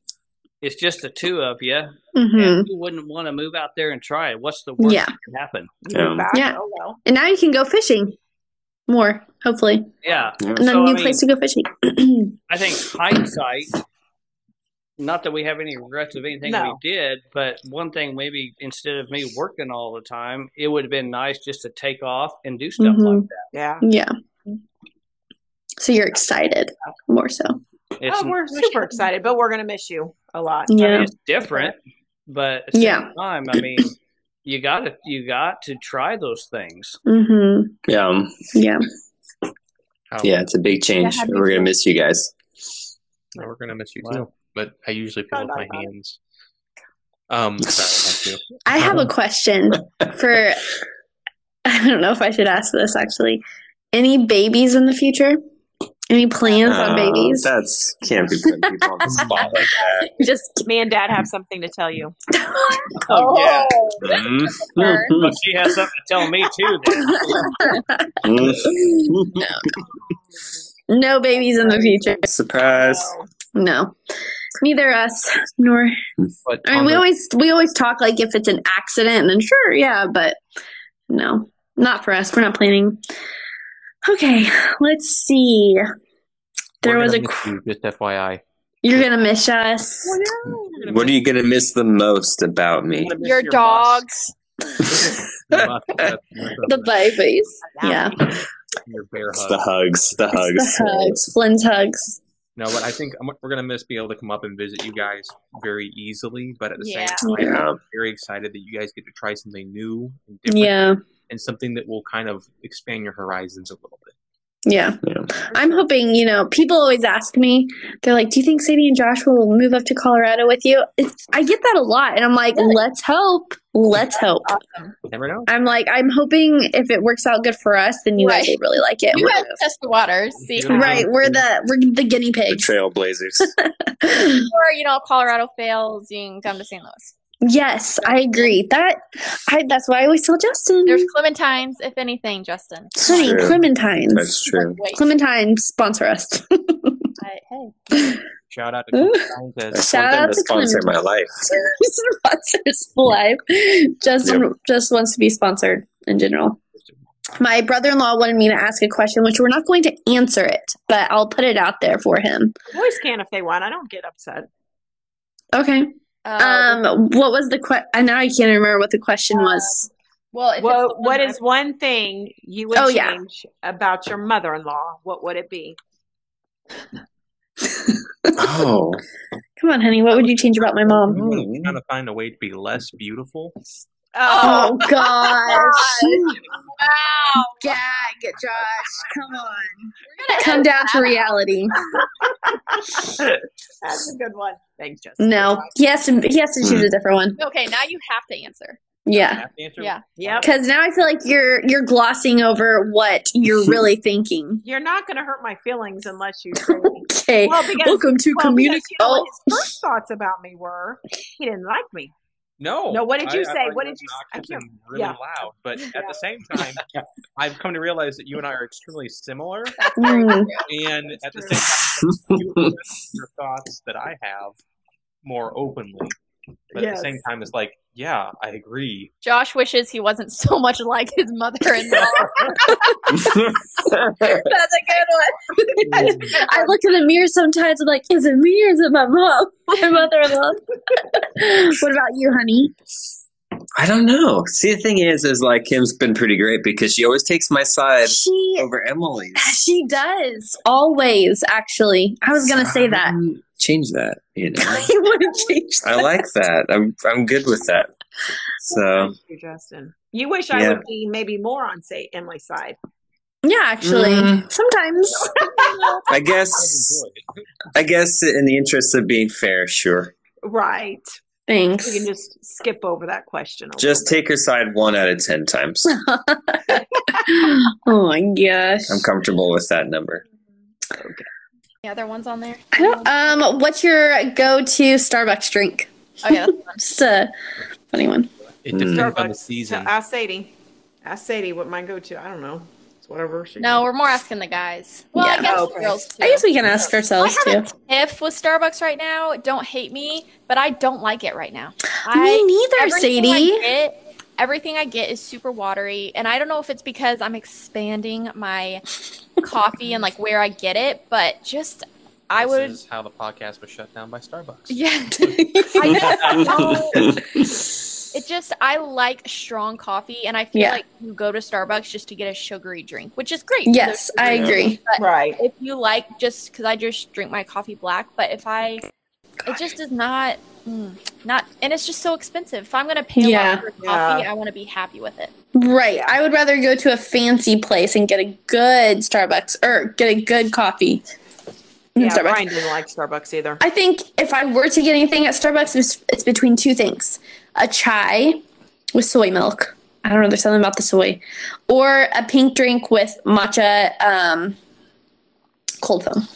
Speaker 6: It's just the two of you.
Speaker 1: Mhm.
Speaker 6: And who wouldn't want to move out there and try it? What's the worst
Speaker 1: Yeah.
Speaker 6: that could happen?
Speaker 3: You move
Speaker 4: Um,
Speaker 3: back?
Speaker 1: Yeah.
Speaker 3: Oh well.
Speaker 1: and now you can go fishing more, hopefully,
Speaker 6: Yeah,
Speaker 1: and a
Speaker 6: So, I
Speaker 1: new
Speaker 6: mean-
Speaker 1: place to go fishing.
Speaker 6: I think hindsight. Not that we have any regrets of anything
Speaker 3: No.
Speaker 6: we did, but one thing maybe instead of me working all the time, it would have been nice just to take off and do stuff like
Speaker 1: Mhm.
Speaker 3: Yeah.
Speaker 1: yeah. So you're excited more so.
Speaker 6: that. It's
Speaker 3: oh, we're super excited, but we're gonna miss you a lot.
Speaker 6: I mean,
Speaker 1: Yeah.
Speaker 6: it's different, but at the same
Speaker 1: Yeah.
Speaker 6: time, I mean, you got to you got to try those things.
Speaker 1: hmm
Speaker 4: Yeah, um,
Speaker 1: Yeah. Oh.
Speaker 5: Um,
Speaker 4: yeah, it's a big change.
Speaker 2: Yeah, how do you
Speaker 4: We're gonna
Speaker 2: feel?
Speaker 4: miss you guys.
Speaker 5: No, we're gonna miss you
Speaker 6: Wow.
Speaker 5: too. But I usually
Speaker 3: Oh,
Speaker 5: fill up
Speaker 3: no,
Speaker 5: my
Speaker 3: no.
Speaker 5: hands. Um, sorry, not you.
Speaker 1: I have
Speaker 5: Uh-huh.
Speaker 1: a question for. I don't know if I should ask this actually. Any babies in the future? Any plans on
Speaker 4: Uh,
Speaker 1: babies?
Speaker 4: That's can't be Mm-hmm. putting people on the spot like that.
Speaker 1: Just
Speaker 3: Me and Dad have something to tell you.
Speaker 6: Oh, yeah.
Speaker 4: Mm.
Speaker 1: Sure.
Speaker 6: But she has something to tell me too. Then.
Speaker 4: Mm.
Speaker 1: no babies in the future.
Speaker 4: Surprise.
Speaker 3: Oh,
Speaker 1: No, neither us nor.
Speaker 5: But
Speaker 1: I mean,
Speaker 5: on
Speaker 1: we
Speaker 5: the-
Speaker 1: always we always talk like if it's an accident, then sure, yeah, but no, not for us. We're not planning. Okay, let's see. There
Speaker 5: we're
Speaker 1: was a.
Speaker 5: gonna miss
Speaker 1: qu-
Speaker 5: you, just FYI.
Speaker 1: You're gonna miss us.
Speaker 4: What are you gonna miss the most about me?
Speaker 2: Your dogs.
Speaker 5: Your mouth- your
Speaker 1: The babies. Yeah.
Speaker 5: bear
Speaker 4: It's
Speaker 5: hug.
Speaker 4: the hugs. The hugs.
Speaker 1: It's the hugs. Flynn's hugs.
Speaker 5: No, but I think I'm, we're gonna miss being able to come up and visit you guys very easily. But at the
Speaker 2: Yeah.
Speaker 5: same time,
Speaker 4: Yeah.
Speaker 5: I'm very excited that you guys get to try something new and different,
Speaker 1: Yeah.
Speaker 5: and something that will kind of expand your horizons a little bit.
Speaker 1: Yeah.
Speaker 4: Yeah.
Speaker 1: I'm hoping, you know, people always ask me, they're like, do you think Sadie and Josh will move up to Colorado with you? It's, I get that a lot. And I'm like, let's hope. Let's hope.
Speaker 5: You never know.
Speaker 1: I'm like, I'm hoping if it works out good for us, then you guys
Speaker 2: Right.
Speaker 1: will really like it.
Speaker 2: You
Speaker 1: We're-
Speaker 2: guys test the waters. See
Speaker 5: You're
Speaker 2: how-
Speaker 5: gonna-
Speaker 1: right. We're the we're the guinea
Speaker 4: The
Speaker 1: pigs.
Speaker 4: trailblazers.
Speaker 2: or you know, if Colorado fails, you can come to St. Louis.
Speaker 1: yes, I agree. That I that's why I always tell Justin.
Speaker 2: There's Clementines, if anything, Justin.
Speaker 1: honey,
Speaker 4: True.
Speaker 1: Clementines.
Speaker 4: That's true.
Speaker 2: Wait,
Speaker 1: Clementines sponsor us.
Speaker 2: I- hey.
Speaker 5: Shout out to
Speaker 1: Ooh.
Speaker 5: Clementines as-
Speaker 4: That's
Speaker 1: Shout
Speaker 4: something
Speaker 1: out
Speaker 4: to
Speaker 1: to
Speaker 4: sponsor my life.
Speaker 1: sponsors live. Justin just wants to be sponsored in general. My brother in law wanted me to ask a question, which we're not going to answer it, but I'll put it out there for him.
Speaker 3: Boys can if they want. I don't get upset.
Speaker 1: Okay.
Speaker 2: Um,
Speaker 1: Um. What was the question? I now I can't remember what the question was.
Speaker 2: well, if
Speaker 3: Well,
Speaker 2: it's the
Speaker 3: what
Speaker 2: summer-
Speaker 3: is one thing you would
Speaker 1: Oh, yeah.
Speaker 3: change about your mother-in-law? What would it be?
Speaker 4: Oh.
Speaker 1: Come on, honey. What would you change about my mom?
Speaker 5: I'm trying to find a way to be less beautiful.
Speaker 1: Oh
Speaker 2: gosh.
Speaker 1: gosh!
Speaker 2: wow,
Speaker 1: Gag, Josh. Come on.
Speaker 2: we're gonna
Speaker 1: Come down to reality.
Speaker 3: That's a good one. Thanks, Justin.
Speaker 1: No. He has to. He has to choose a different one.
Speaker 2: Okay, now you have to answer.
Speaker 1: Yeah.
Speaker 5: Have to answer.
Speaker 2: Yeah.
Speaker 3: Yep.
Speaker 1: Because now I feel like you're you're glossing over what you're really thinking.
Speaker 3: You're not going to hurt my feelings unless you say.
Speaker 1: Okay.
Speaker 3: well, because,
Speaker 1: Welcome to
Speaker 3: well,
Speaker 1: community.
Speaker 3: because you know what
Speaker 1: Oh,
Speaker 3: his first thoughts about me were he didn't like me.
Speaker 5: No.
Speaker 3: No, what did you
Speaker 5: I- I
Speaker 3: say?
Speaker 5: thought
Speaker 3: What did
Speaker 5: was
Speaker 3: you s- I
Speaker 5: obnoxious
Speaker 3: can't-
Speaker 5: and Really
Speaker 3: yeah.
Speaker 5: loud, but at the same time, I've come to realize that you and I are extremely similar,
Speaker 1: mm,
Speaker 5: and at the
Speaker 3: true.
Speaker 5: same time, you express your thoughts that I have more openly. But at
Speaker 3: Yes.
Speaker 5: the same time, it's like, yeah, I agree.
Speaker 2: Josh wishes he wasn't so much like his mother-in-law. That's a good one.
Speaker 1: I look in the mirror sometimes. I'm like, is it me or is it my mom, my mother-in-law? what about you, honey?
Speaker 4: I don't know. See, the thing is, is like Kim's been pretty great because she always takes my side
Speaker 1: She
Speaker 4: over Emily's.
Speaker 1: she does always. Actually, I was gonna say that.
Speaker 4: Um, change that. You know,
Speaker 1: you want to change that.
Speaker 4: I like that. I'm I'm good with that. So
Speaker 3: Thank you, Justin. You wish I
Speaker 4: Yeah.
Speaker 3: would be maybe more on say Emily's side.
Speaker 1: Yeah, actually,
Speaker 4: Mm.
Speaker 1: sometimes.
Speaker 4: I
Speaker 5: I
Speaker 4: guess
Speaker 5: enjoy it.
Speaker 4: I guess in the interest of being fair, sure.
Speaker 3: Right. We can
Speaker 1: Thanks.
Speaker 3: just skip over that question. a
Speaker 4: Just
Speaker 3: little
Speaker 4: take her side one out of ten times.
Speaker 1: oh my gosh.
Speaker 4: I'm comfortable with that number.
Speaker 2: Any other ones on there?
Speaker 1: I don't. Um, what's your go-to Starbucks drink?
Speaker 2: Oh yeah, that's
Speaker 1: Just a funny one.
Speaker 5: It
Speaker 4: Mm.
Speaker 5: depends on the
Speaker 3: Starbucks.
Speaker 5: season.
Speaker 3: bit. Ask Sadie. Ask Sadie what mine go to. I don't know. It's whatever she
Speaker 2: no, we're more asking the guys. Well,
Speaker 1: Yeah.
Speaker 2: I guess
Speaker 3: Oh,
Speaker 2: the
Speaker 3: okay.
Speaker 2: girls too.
Speaker 1: I guess we can ask ourselves
Speaker 2: I
Speaker 1: too.
Speaker 2: haven't- If with Starbucks right now, don't hate me, but I don't like it right now.
Speaker 1: Me
Speaker 2: I
Speaker 1: neither,
Speaker 2: everything I
Speaker 1: Sadie.
Speaker 2: get- everything I get is super watery, and I don't know if it's because I'm expanding my coffee and like where I get it, but just I
Speaker 5: This
Speaker 2: would.
Speaker 5: is how the podcast was shut down by Starbucks.
Speaker 2: Yeah, I just don't-
Speaker 4: I
Speaker 2: It just I like strong coffee, and I feel
Speaker 1: Yeah.
Speaker 2: like you go to Starbucks just to get a sugary drink, which is great.
Speaker 1: yes, I
Speaker 2: agree.
Speaker 1: agree.
Speaker 3: Right.
Speaker 2: if you like just because i just drink my coffee black but if i it just is not mm, not and it's just so expensive if i'm gonna pay a
Speaker 1: Yeah.
Speaker 2: lot for coffee
Speaker 3: Yeah.
Speaker 2: i want to be happy with it
Speaker 1: Right. I would rather go to a fancy place and get a good Starbucks or get a good coffee. than
Speaker 3: Yeah,
Speaker 1: Mm-hmm. Starbucks.
Speaker 3: Brian didn't like Starbucks either.
Speaker 1: I think if I were to get anything at Starbucks, it's, it's between two things a chai with soy milk. I don't know, there's something about the soy. Or a pink drink with matcha um, cold foam.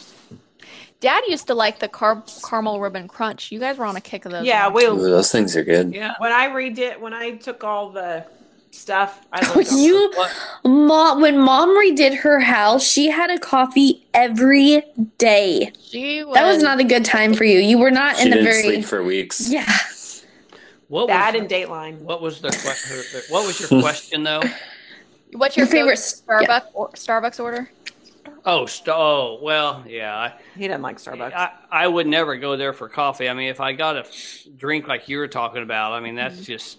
Speaker 2: dad used to like the car- caramel ribbon crunch you guys were on a kick of those
Speaker 3: Yeah,
Speaker 2: weren't
Speaker 3: we
Speaker 4: Ooh, those things are good.
Speaker 6: Yeah.
Speaker 3: when I redid when I took all the stuff. I
Speaker 1: Oh,
Speaker 3: looked up-
Speaker 1: you,
Speaker 6: What?
Speaker 1: mom, when mom redid her house, she had a coffee every day.
Speaker 2: you? she was,
Speaker 1: That was not a good time for you. You were not
Speaker 4: She
Speaker 1: in the
Speaker 4: didn't
Speaker 1: very.
Speaker 4: sleep for weeks.
Speaker 1: Yeah.
Speaker 6: What
Speaker 3: that
Speaker 6: was
Speaker 3: and Dateline.
Speaker 6: what was the question? What was your question though?
Speaker 2: what's your,
Speaker 1: Your favorite
Speaker 2: favorite
Speaker 1: s-
Speaker 2: starbucks
Speaker 1: yeah.
Speaker 2: or, starbucks order
Speaker 6: Oh, st- oh well, yeah. I-
Speaker 3: He didn't like Starbucks.
Speaker 6: I, I would never go there for coffee. I mean, if I got a f- drink like you were talking about, I mean,
Speaker 1: Mm-hmm.
Speaker 6: that's just,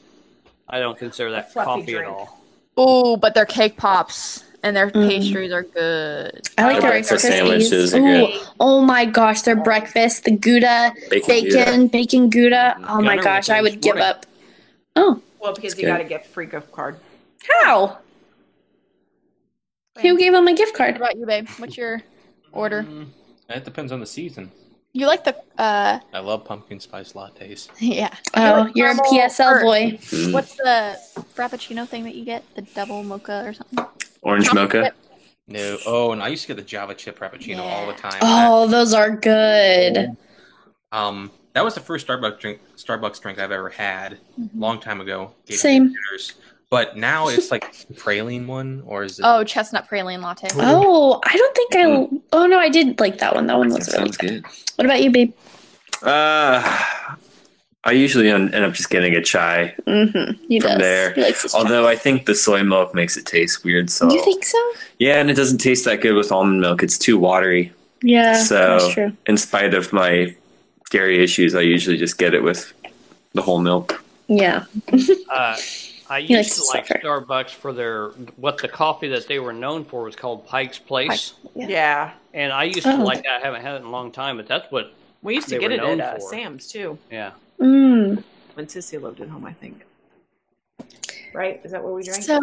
Speaker 6: I don't consider that
Speaker 3: fluffy
Speaker 6: coffee at
Speaker 3: drink.
Speaker 6: all.
Speaker 2: oh but their cake pops and their
Speaker 1: Mm.
Speaker 2: pastries are good
Speaker 1: I like
Speaker 4: The
Speaker 1: their
Speaker 4: breakfast
Speaker 1: Rice Krispies.
Speaker 4: sandwiches are
Speaker 1: Ooh,
Speaker 4: good.
Speaker 1: Oh my gosh, their breakfast, the Gouda,
Speaker 4: Bacon. Gouda.
Speaker 1: bacon, bacon Gouda.
Speaker 4: Mm-hmm.
Speaker 1: Oh my
Speaker 6: Gunner
Speaker 1: gosh,
Speaker 6: went there
Speaker 1: I
Speaker 6: this
Speaker 1: would give
Speaker 6: morning.
Speaker 1: up. Oh,
Speaker 3: well, because
Speaker 4: It's
Speaker 3: you got to
Speaker 4: good.
Speaker 3: get a free gift card.
Speaker 1: how? Who gave him a gift
Speaker 2: what
Speaker 1: card?
Speaker 2: about you babe what's your order
Speaker 5: Mm, That depends on the season.
Speaker 2: you like the uh
Speaker 5: I love pumpkin spice lattes.
Speaker 2: yeah
Speaker 1: Oh, you're a
Speaker 2: caramel
Speaker 1: PSL
Speaker 2: or-
Speaker 1: boy.
Speaker 4: Mm.
Speaker 2: What's the frappuccino thing that you get? The double mocha or something?
Speaker 4: Orange mocha.
Speaker 5: No. Oh, and I used to get the Java chip frappuccino all the
Speaker 2: Yeah.
Speaker 5: time.
Speaker 1: Oh, those are good.
Speaker 5: That, um, that was the first Starbucks drink Starbucks drink I've ever had. Long time ago. Gatorade
Speaker 1: Same.
Speaker 5: Jitters. But now it's like praline one or is it?
Speaker 2: Oh, chestnut praline latte.
Speaker 1: Oh, I don't think I.
Speaker 4: Mm.
Speaker 1: Oh no, I did like that one. That one
Speaker 4: That
Speaker 1: was really
Speaker 4: sounds
Speaker 1: good.
Speaker 4: good.
Speaker 1: What about you, babe?
Speaker 4: Uh, I usually end end up just getting a chai.
Speaker 1: Mm-hmm. You
Speaker 4: From
Speaker 1: does.
Speaker 4: there.
Speaker 1: He likes his
Speaker 4: Although I think the soy milk makes it taste weird. So
Speaker 1: You think so?
Speaker 4: yeah, and it doesn't taste that good with almond milk. It's too watery.
Speaker 1: Yeah,
Speaker 4: So-
Speaker 1: that's true.
Speaker 4: In spite of my dairy issues, I usually just get it with the whole milk.
Speaker 1: Yeah.
Speaker 6: Uh, I
Speaker 1: He
Speaker 6: used to
Speaker 1: likes soccer.
Speaker 6: like Starbucks for their, what the coffee that they were known for was called Pike's Place.
Speaker 1: Pike's. Yeah.
Speaker 3: Yeah,
Speaker 6: And I used
Speaker 1: Oh.
Speaker 6: to like that. I haven't had it in a long time, but that's what,
Speaker 3: we used to
Speaker 6: They
Speaker 3: get
Speaker 6: were
Speaker 3: it at
Speaker 6: known
Speaker 3: uh,
Speaker 6: for.
Speaker 3: Sam's too
Speaker 6: yeah.
Speaker 1: Mm.
Speaker 3: when Sissy lived at home. I think. Right? Is that what we drank?
Speaker 2: So,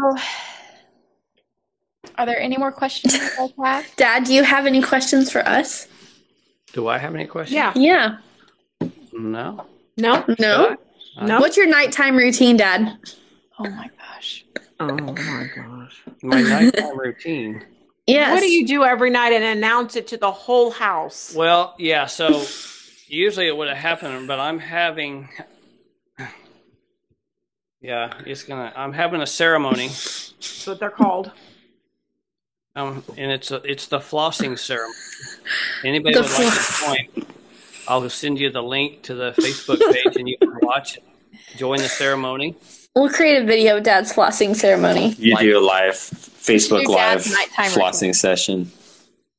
Speaker 2: are there any more questions you guys have?
Speaker 1: Dad, do you have any questions for us?
Speaker 6: Do I have any questions?
Speaker 3: yeah.
Speaker 1: Yeah.
Speaker 6: No.
Speaker 3: No.
Speaker 1: No.
Speaker 3: No.
Speaker 1: What's your nighttime routine, Dad?
Speaker 2: Oh my gosh.
Speaker 3: Oh my gosh.
Speaker 6: My nighttime routine.
Speaker 1: Yes.
Speaker 3: What do you do every night and announce it to the whole house?
Speaker 6: Well, yeah. So usually it would have happened, but I'm having. Yeah, it's gonna. I'm having a ceremony,
Speaker 3: That's what they're called.
Speaker 6: um, and it's a, it's the flossing ceremony. Anybody
Speaker 1: The
Speaker 6: would like to join? I'll send you the link to the Facebook page, and you can watch it. Join the ceremony.
Speaker 1: We'll create a video of Dad's flossing ceremony.
Speaker 4: You do a live Facebook
Speaker 2: Your
Speaker 4: live
Speaker 2: dad's nighttime
Speaker 4: flossing session.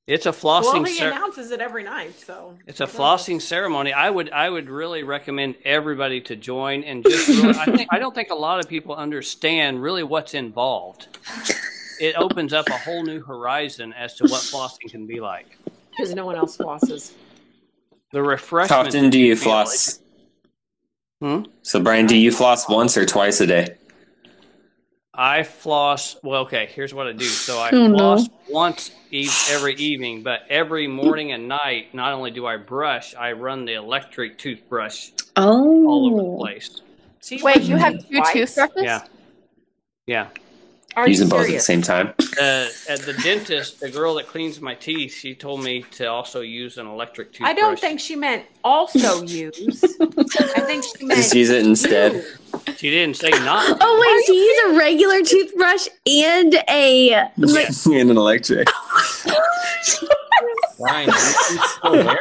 Speaker 6: It's a
Speaker 3: Well,
Speaker 6: flossing.
Speaker 3: he
Speaker 6: cer-
Speaker 3: announces it every night, so
Speaker 6: It's a flossing ceremony. I would I would really recommend everybody to join and just really, I think I don't think a lot of people understand really what's involved. It opens up a whole new horizon as to what flossing can be like.
Speaker 3: because no one else flosses.
Speaker 6: The
Speaker 4: How
Speaker 6: refreshment.
Speaker 4: often do you floss?
Speaker 6: Hmm?
Speaker 4: So, Brian, do you floss once or twice a day?
Speaker 6: I floss. Well, okay. Here's what I do. So I
Speaker 1: Oh, no.
Speaker 6: floss once e- every evening, but every morning and night, not only do I brush, I run the electric toothbrush
Speaker 1: Oh.
Speaker 6: all over the place.
Speaker 3: So
Speaker 2: Wait,
Speaker 3: brush
Speaker 2: you
Speaker 3: your
Speaker 2: have
Speaker 3: teeth
Speaker 2: two
Speaker 3: twice?
Speaker 2: toothbrushes?
Speaker 6: Yeah. Yeah.
Speaker 3: Are
Speaker 4: Use
Speaker 3: you
Speaker 4: them both at the
Speaker 3: serious?
Speaker 4: same time.
Speaker 6: Uh, at the dentist, the girl that cleans my teeth, she told me to also use an electric toothbrush.
Speaker 3: I don't think she meant also use. I think she meant
Speaker 4: Just use it instead.
Speaker 6: she didn't say not.
Speaker 1: Oh wait, so you use a regular toothbrush and a like,
Speaker 4: In an electric.
Speaker 5: Brian, you still there?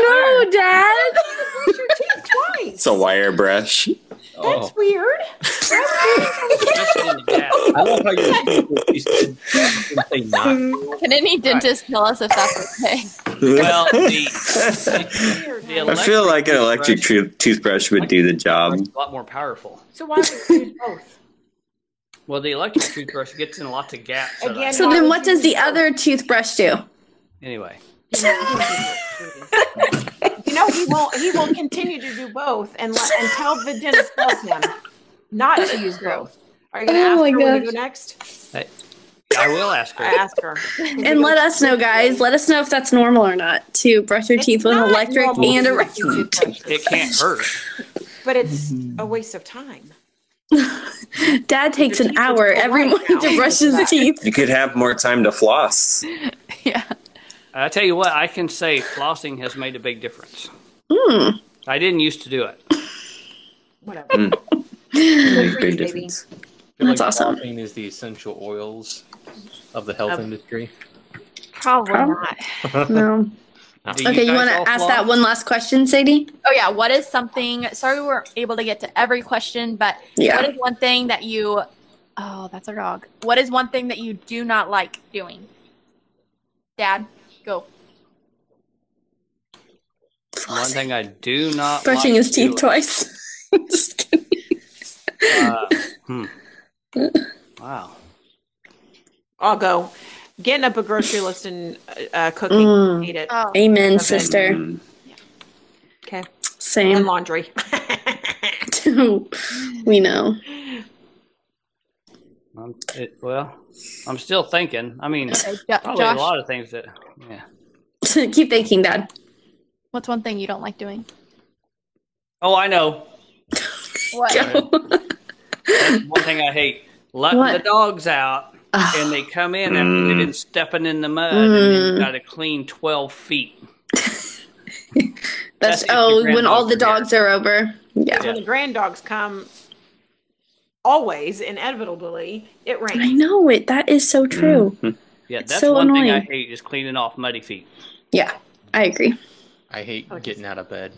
Speaker 1: no, Dad.
Speaker 3: brush your teeth twice.
Speaker 4: It's a wire brush.
Speaker 3: That's
Speaker 5: Oh,
Speaker 3: weird.
Speaker 6: especially in the back.
Speaker 5: I love how you you said, you say not.
Speaker 2: Can any dentist tell us if that's okay?
Speaker 6: Well, the,
Speaker 3: Weird.
Speaker 6: the
Speaker 4: I feel like an electric tru-
Speaker 6: toothbrush-
Speaker 4: toothbrush would do the job.
Speaker 6: Um, a lot more powerful.
Speaker 3: So why would you do both?
Speaker 6: Well, the electric toothbrush gets in lots of gaps. that I-
Speaker 3: Again-
Speaker 1: So then, what does the other toothbrush do?
Speaker 6: anyway,
Speaker 3: You know he won't. He will continue to do both and let, until the dentist tells him not to use both. Are you gonna
Speaker 1: Oh
Speaker 3: ask
Speaker 1: my
Speaker 3: her where to
Speaker 1: gosh.
Speaker 3: go next?
Speaker 6: I will ask
Speaker 3: I
Speaker 6: her.
Speaker 3: asked her.
Speaker 1: And let us know, guys. Let us know if that's normal or not to brush your
Speaker 3: It's
Speaker 1: teeth with an
Speaker 3: not
Speaker 1: electric
Speaker 3: normal
Speaker 1: and a
Speaker 3: to use
Speaker 1: regular.
Speaker 3: toothbrushes,
Speaker 6: It can't hurt.
Speaker 3: But it's a waste of time.
Speaker 1: Dad takes
Speaker 3: Your
Speaker 1: an
Speaker 3: teeth are
Speaker 1: hour
Speaker 3: so
Speaker 1: every
Speaker 3: white
Speaker 1: morning
Speaker 3: now.
Speaker 1: to brush his teeth.
Speaker 4: You could have more time to floss.
Speaker 2: yeah.
Speaker 6: I tell you what, I can say flossing has made a big difference.
Speaker 1: Hmm.
Speaker 6: I didn't used to do it.
Speaker 3: Whatever.
Speaker 1: Mm.
Speaker 4: Big,
Speaker 3: for
Speaker 4: big
Speaker 3: you, baby.
Speaker 4: difference.
Speaker 5: I feel
Speaker 1: That's awesome.
Speaker 5: flossing Is the essential oils of the health
Speaker 2: Of-
Speaker 5: industry?
Speaker 2: Probably
Speaker 1: Prob-
Speaker 2: not.
Speaker 1: No.
Speaker 6: Do
Speaker 1: Okay, you
Speaker 6: guys
Speaker 1: want to
Speaker 6: all
Speaker 1: ask
Speaker 6: floss?
Speaker 1: that one last question, Sadie?
Speaker 2: Oh yeah, what is something? Sorry, we weren't able to get to every question, but
Speaker 1: Yeah.
Speaker 2: what is one thing that you? Oh, that's our dog. What is one thing that you do not like doing? Dad, go.
Speaker 6: One thing I do not
Speaker 1: Brushing
Speaker 6: like
Speaker 1: his teeth
Speaker 6: doing,
Speaker 1: twice. Just kidding.
Speaker 6: uh, hmm. Wow.
Speaker 3: I'll go. Getting up a grocery list and uh, uh, cooking.
Speaker 1: Mm.
Speaker 3: Hate it.
Speaker 2: Oh,
Speaker 1: Amen,
Speaker 3: Okay.
Speaker 1: sister.
Speaker 4: Mm.
Speaker 3: Okay. And
Speaker 1: Same.
Speaker 3: laundry.
Speaker 1: we know.
Speaker 6: Um, it, well, I'm still thinking. I mean,
Speaker 2: okay, Jo-
Speaker 6: probably
Speaker 2: Josh,
Speaker 6: a lot of things that. Yeah.
Speaker 1: Keep thinking, Dad.
Speaker 2: what's one thing you don't like doing?
Speaker 6: Oh, I know.
Speaker 2: What?
Speaker 1: Go.
Speaker 6: That's one thing I hate: letting
Speaker 1: What?
Speaker 6: the dogs out and they come in after
Speaker 4: Mm.
Speaker 6: they've been stepping in the mud and then
Speaker 1: Mm.
Speaker 6: you got to clean twelve feet.
Speaker 1: That's,
Speaker 6: That's if
Speaker 1: oh,
Speaker 6: your
Speaker 1: when all the
Speaker 6: granddaughters
Speaker 1: dogs are over. Yeah.
Speaker 3: Because when the grand dogs come, always inevitably, it
Speaker 1: I
Speaker 3: rains.
Speaker 1: know it. That is so true.
Speaker 4: mm-hmm.
Speaker 6: Yeah,
Speaker 1: It's
Speaker 6: that's
Speaker 1: so
Speaker 6: one thing I
Speaker 1: annoying.
Speaker 6: hate is cleaning off muddy feet.
Speaker 1: Yeah, I agree.
Speaker 5: I hate
Speaker 3: Okay.
Speaker 5: getting out of bed.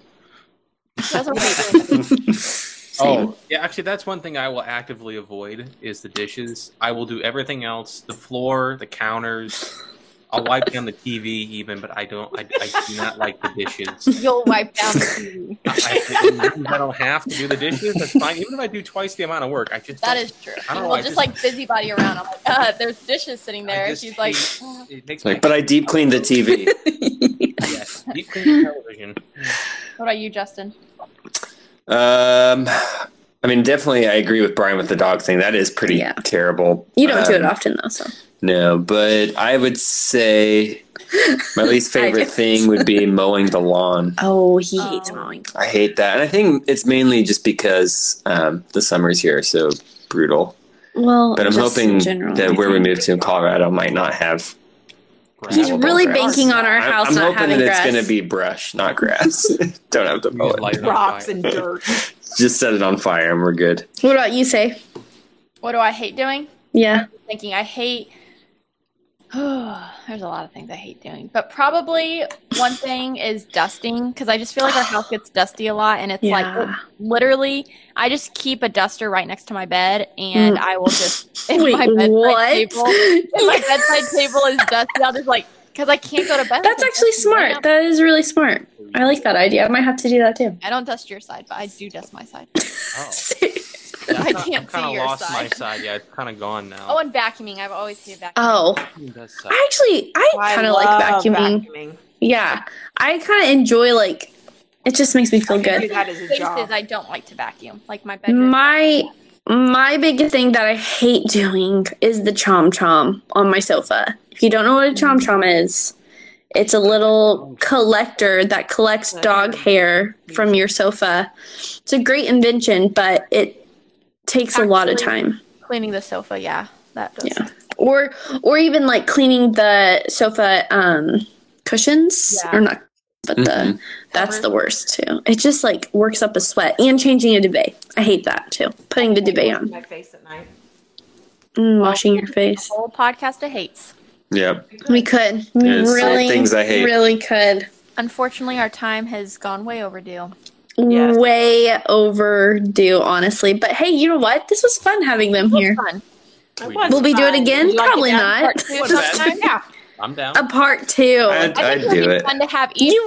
Speaker 2: That's what I do.
Speaker 5: Oh, yeah. Actually, that's one thing I will actively avoid is the dishes. I will do everything else: the floor, the counters. I'll wipe down the TV even, but I don't. I, I do not like the dishes.
Speaker 2: You'll wipe down the TV.
Speaker 5: I, I don't have to do the dishes. That's fine. Even if I do twice the amount of work, I just
Speaker 2: That
Speaker 5: don't-
Speaker 2: is true.
Speaker 5: I don't know,
Speaker 2: well,
Speaker 5: I
Speaker 2: just
Speaker 5: just-
Speaker 2: like busybody around. I'm like, uh, there's dishes sitting
Speaker 5: I
Speaker 2: there.
Speaker 5: just
Speaker 2: She's like, "Mm,
Speaker 5: hate- it makes me
Speaker 4: Like, but I deep cleaned the TV.
Speaker 5: yes, deep clean the television.
Speaker 2: what about you, Justin?
Speaker 4: Um, I mean, definitely, I agree with Brian with the dog thing. That is pretty
Speaker 1: Yeah.
Speaker 4: terrible.
Speaker 1: You don't do it
Speaker 4: Um,
Speaker 1: often, though, so.
Speaker 4: No, but I would say my least
Speaker 1: I
Speaker 4: favorite
Speaker 1: do.
Speaker 4: thing would be mowing the lawn.
Speaker 1: Oh, he
Speaker 2: Oh.
Speaker 1: hates mowing.
Speaker 4: I hate that, and I think it's mainly just because um, the summers here are so brutal.
Speaker 1: Well,
Speaker 4: But I'm
Speaker 1: just in
Speaker 4: hoping
Speaker 1: general, I
Speaker 4: that where we
Speaker 1: think.
Speaker 4: move to in Colorado might not have.
Speaker 1: He's
Speaker 4: Well,
Speaker 1: really
Speaker 4: grass.
Speaker 1: banking on our
Speaker 4: I'm-
Speaker 1: house
Speaker 4: I'm
Speaker 1: not
Speaker 4: hoping
Speaker 1: having
Speaker 4: that it's
Speaker 1: grass.
Speaker 4: going to be brush, not grass. don't have to
Speaker 5: We
Speaker 4: mow
Speaker 5: just
Speaker 4: it.
Speaker 5: light it on
Speaker 3: Rocks
Speaker 5: fire.
Speaker 3: and dirt.
Speaker 4: Just set it on fire, and we're good.
Speaker 1: What about you, say?
Speaker 2: What do I hate doing?
Speaker 1: Yeah.
Speaker 2: thinking I hate there's a lot of things I hate doing, but probably one thing is dusting because I just feel like our house gets dusty a lot, and it's like
Speaker 1: Yeah.
Speaker 2: literally I just keep a duster right next to my bed, and
Speaker 1: Mm.
Speaker 2: I will just if
Speaker 1: Wait,
Speaker 2: my bedside
Speaker 1: what?
Speaker 2: table if my bedside table is dusty, I'll just like because I can't go to bed.
Speaker 1: That's
Speaker 2: with a
Speaker 1: actually
Speaker 2: dusty
Speaker 1: smart.
Speaker 2: lamp.
Speaker 1: That is really smart. I like that idea. I might have to do that too.
Speaker 2: I don't dust your side, but I do dust my side.
Speaker 5: Oh,
Speaker 2: I
Speaker 5: That's not-
Speaker 2: can't
Speaker 5: I've kinda
Speaker 2: see your
Speaker 5: lost my
Speaker 2: side.
Speaker 5: side. Yeah, it's kind of gone now.
Speaker 2: Oh, and vacuuming. I've always hated vacuuming.
Speaker 1: oh,
Speaker 5: It does suck.
Speaker 1: I actually, I kind of like
Speaker 3: love
Speaker 1: vacuuming.
Speaker 3: vacuuming.
Speaker 1: Yeah, I kind of enjoy like it. Just makes me feel
Speaker 3: Do
Speaker 1: good.
Speaker 3: that as a job.
Speaker 2: Spaces I don't like to vacuum, like my bedroom.
Speaker 1: My my big thing that I hate doing is the chom chom on my sofa. If you don't know what
Speaker 2: Mm-hmm.
Speaker 1: a chom chom is, it's a little collector that collects dog hair from your sofa. It's a great invention, but it takes a lot of time.
Speaker 2: Cleaning the sofa, yeah, that does.
Speaker 1: Yeah. or or even like cleaning the sofa um cushions
Speaker 2: Yeah.
Speaker 1: or not but the
Speaker 4: Mhm.
Speaker 1: that's
Speaker 2: Covers.
Speaker 1: the worst too it just like works up a sweat and changing a duvet i hate that too putting the duvet on
Speaker 3: My face at night.
Speaker 1: mm, washing your face
Speaker 2: Whole podcast of hates.
Speaker 4: Yeah.
Speaker 1: we could we
Speaker 4: Yeah, it's the
Speaker 1: really
Speaker 4: things I hate.
Speaker 1: really could
Speaker 2: Unfortunately, our time has gone way overdue.
Speaker 3: Yes.
Speaker 1: way overdue honestly but hey you know what this was fun having them here
Speaker 2: Fun.
Speaker 3: It
Speaker 5: We-
Speaker 3: was
Speaker 1: will we do it
Speaker 3: fun.
Speaker 1: again
Speaker 3: Would you like it
Speaker 1: probably
Speaker 3: down?
Speaker 1: not
Speaker 2: Part two
Speaker 3: Would
Speaker 2: sometime.
Speaker 3: you like it down?
Speaker 5: I'm down.
Speaker 1: a part two
Speaker 4: I'd,
Speaker 2: I
Speaker 4: I'd
Speaker 2: think it'll
Speaker 4: do
Speaker 2: be
Speaker 4: it.
Speaker 2: fun to have each
Speaker 1: you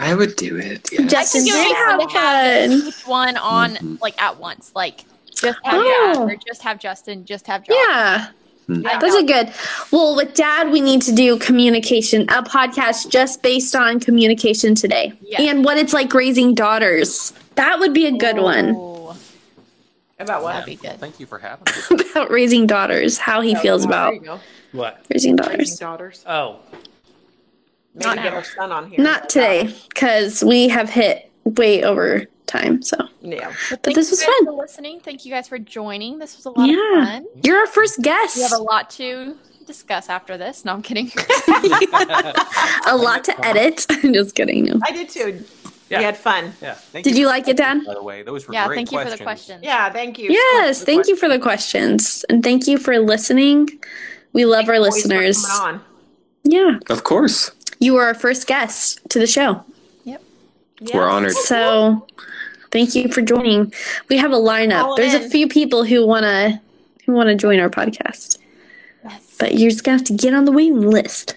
Speaker 1: would
Speaker 4: I would do it. Yeah.
Speaker 1: justin
Speaker 2: think
Speaker 1: you
Speaker 2: it would be
Speaker 1: have
Speaker 2: fun to have
Speaker 1: fun
Speaker 2: each one on
Speaker 4: Mhm.
Speaker 2: like at once, like just have
Speaker 1: Oh.
Speaker 2: Dad, or just have Justin, just have John.
Speaker 1: yeah
Speaker 3: Yeah.
Speaker 1: Those are good. Well, with dad, we need to do communication, a podcast just based on communication today
Speaker 2: Yeah.
Speaker 1: and what it's like raising daughters. That would be a good one
Speaker 2: Ooh,
Speaker 3: About what?
Speaker 2: That'd be good.
Speaker 5: Thank you for having me.
Speaker 1: about raising daughters, how he feels
Speaker 3: Oh,
Speaker 1: about
Speaker 3: there you go.
Speaker 6: What?
Speaker 1: raising
Speaker 3: Raising
Speaker 1: daughters.
Speaker 3: daughters.
Speaker 6: Oh,
Speaker 3: Maybe
Speaker 2: Not
Speaker 3: get
Speaker 2: now.
Speaker 3: our son on here.
Speaker 1: Not today, because we have hit way over time. So
Speaker 3: Yeah.
Speaker 1: But this
Speaker 2: Thank
Speaker 1: was
Speaker 2: you guys
Speaker 1: fun.
Speaker 2: For listening, thank you guys for joining. This was a lot
Speaker 1: Yeah.
Speaker 2: of fun.
Speaker 1: you're our first
Speaker 2: We have
Speaker 1: guest.
Speaker 2: a lot to discuss after this. No, I'm kidding.
Speaker 1: A lot to edit. I'm just kidding. No.
Speaker 3: I did too.
Speaker 6: Yeah.
Speaker 3: We had fun.
Speaker 5: Yeah. Thank
Speaker 1: Did you like it, Dan?
Speaker 5: By the way, those were
Speaker 2: yeah,
Speaker 5: great
Speaker 2: thank you
Speaker 5: questions.
Speaker 2: for the question.
Speaker 3: Yeah, thank you.
Speaker 1: Yes. Thank you for the questions. And thank you for listening. We love our
Speaker 3: Always for coming
Speaker 1: listeners.
Speaker 3: on.
Speaker 1: Yeah.
Speaker 4: Of course.
Speaker 1: You were our first guest to the show.
Speaker 3: Yeah.
Speaker 4: We're honored.
Speaker 1: So thank you for joining. We have a lineup.
Speaker 3: Calling
Speaker 1: There's a
Speaker 3: in.
Speaker 1: few people who wanna who wanna join our podcast.
Speaker 2: Yes.
Speaker 1: But you're just gonna have to get on the waiting list.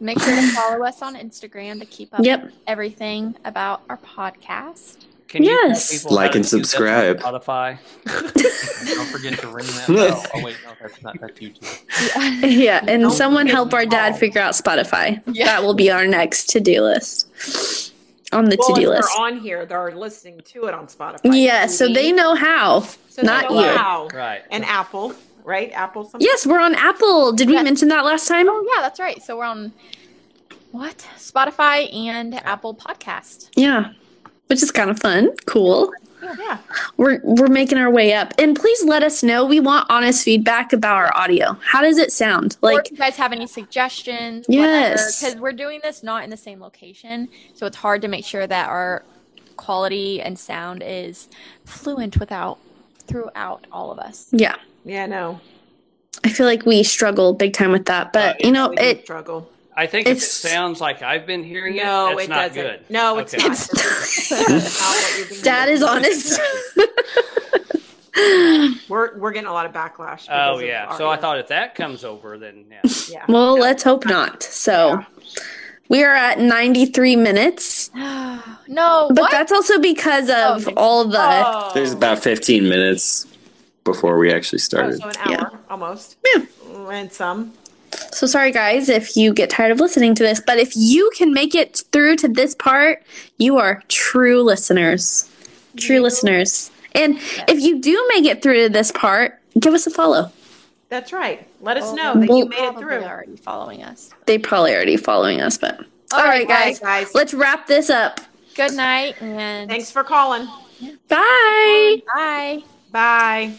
Speaker 2: Make sure to follow us on Instagram to keep up
Speaker 1: Yep.
Speaker 2: everything about our podcast.
Speaker 6: can you tell
Speaker 1: Yes.
Speaker 6: people how
Speaker 4: Like
Speaker 6: to
Speaker 4: and
Speaker 6: do this on
Speaker 4: subscribe.
Speaker 6: Spotify.
Speaker 5: Don't forget to ring that bell. Oh wait, no, that's not that's YouTube.
Speaker 1: Yeah, and
Speaker 3: Don't
Speaker 1: someone
Speaker 3: forget
Speaker 1: help our dad
Speaker 3: Paul.
Speaker 1: figure out Spotify.
Speaker 2: Yeah.
Speaker 1: That will be our next to do list. On the
Speaker 3: Well,
Speaker 1: to do
Speaker 3: if
Speaker 1: list.
Speaker 3: they're on here, they're listening to it on Spotify.
Speaker 1: Yeah, so they know how.
Speaker 3: So they
Speaker 1: not
Speaker 3: know
Speaker 1: you.
Speaker 3: how.
Speaker 6: Right.
Speaker 3: And Apple, right? Apple. Something.
Speaker 1: Yes, we're on Apple. Did we
Speaker 2: Yes.
Speaker 1: mention that last time?
Speaker 2: Oh yeah, that's right. So we're on what? Spotify and Apple Podcast.
Speaker 1: Yeah. Which is kind of fun. Cool.
Speaker 3: Yeah.
Speaker 1: we're we're making our way up and please let us know we want honest feedback about our audio how does it sound
Speaker 2: Like, or
Speaker 1: like
Speaker 2: if you guys have any suggestions?
Speaker 1: Yes.
Speaker 2: Because we're doing this not in the same location, so it's hard to make sure that our quality and sound is fluent without throughout all of us.
Speaker 1: yeah
Speaker 3: Yeah. No.
Speaker 1: i feel like we struggle big time with that but
Speaker 6: Uh,
Speaker 1: you know
Speaker 3: Oh, we do
Speaker 1: it
Speaker 3: struggle.
Speaker 6: I think if it
Speaker 1: It's-
Speaker 6: sounds like I've been hearing it,
Speaker 3: No,
Speaker 6: that's
Speaker 3: it
Speaker 6: not
Speaker 3: doesn't.
Speaker 6: good.
Speaker 3: No, it's
Speaker 6: Okay.
Speaker 3: not. It's not what you're being-
Speaker 1: dad is honest
Speaker 3: We're we're getting a lot of backlash. because
Speaker 6: Oh
Speaker 3: of
Speaker 6: yeah.
Speaker 3: our-
Speaker 6: So I thought if that comes over, then yeah.
Speaker 3: Yeah.
Speaker 1: well let's hope not so we are at 93 minutes
Speaker 2: no,
Speaker 1: but
Speaker 2: what?
Speaker 1: that's also because of
Speaker 2: Oh.
Speaker 1: all the
Speaker 3: Oh.
Speaker 4: There's about 15 minutes before we actually
Speaker 3: Oh,
Speaker 4: started.
Speaker 3: so an hour
Speaker 1: Yeah.
Speaker 3: almost.
Speaker 1: Yeah.
Speaker 3: And some.
Speaker 1: so sorry guys if you get tired of listening to this but if you can make it through to this part you are true listeners true listeners and if you do make it through to this part give us a follow
Speaker 3: That's right. Let us
Speaker 2: Oh,
Speaker 3: know that
Speaker 1: well-
Speaker 3: you made it
Speaker 2: Probably
Speaker 3: through.
Speaker 2: Already following us.
Speaker 1: they probably already following us but all right, guys
Speaker 3: guys.
Speaker 1: let's wrap this up
Speaker 2: Good night and
Speaker 3: Thanks for calling.
Speaker 1: bye
Speaker 2: Bye.
Speaker 3: Bye.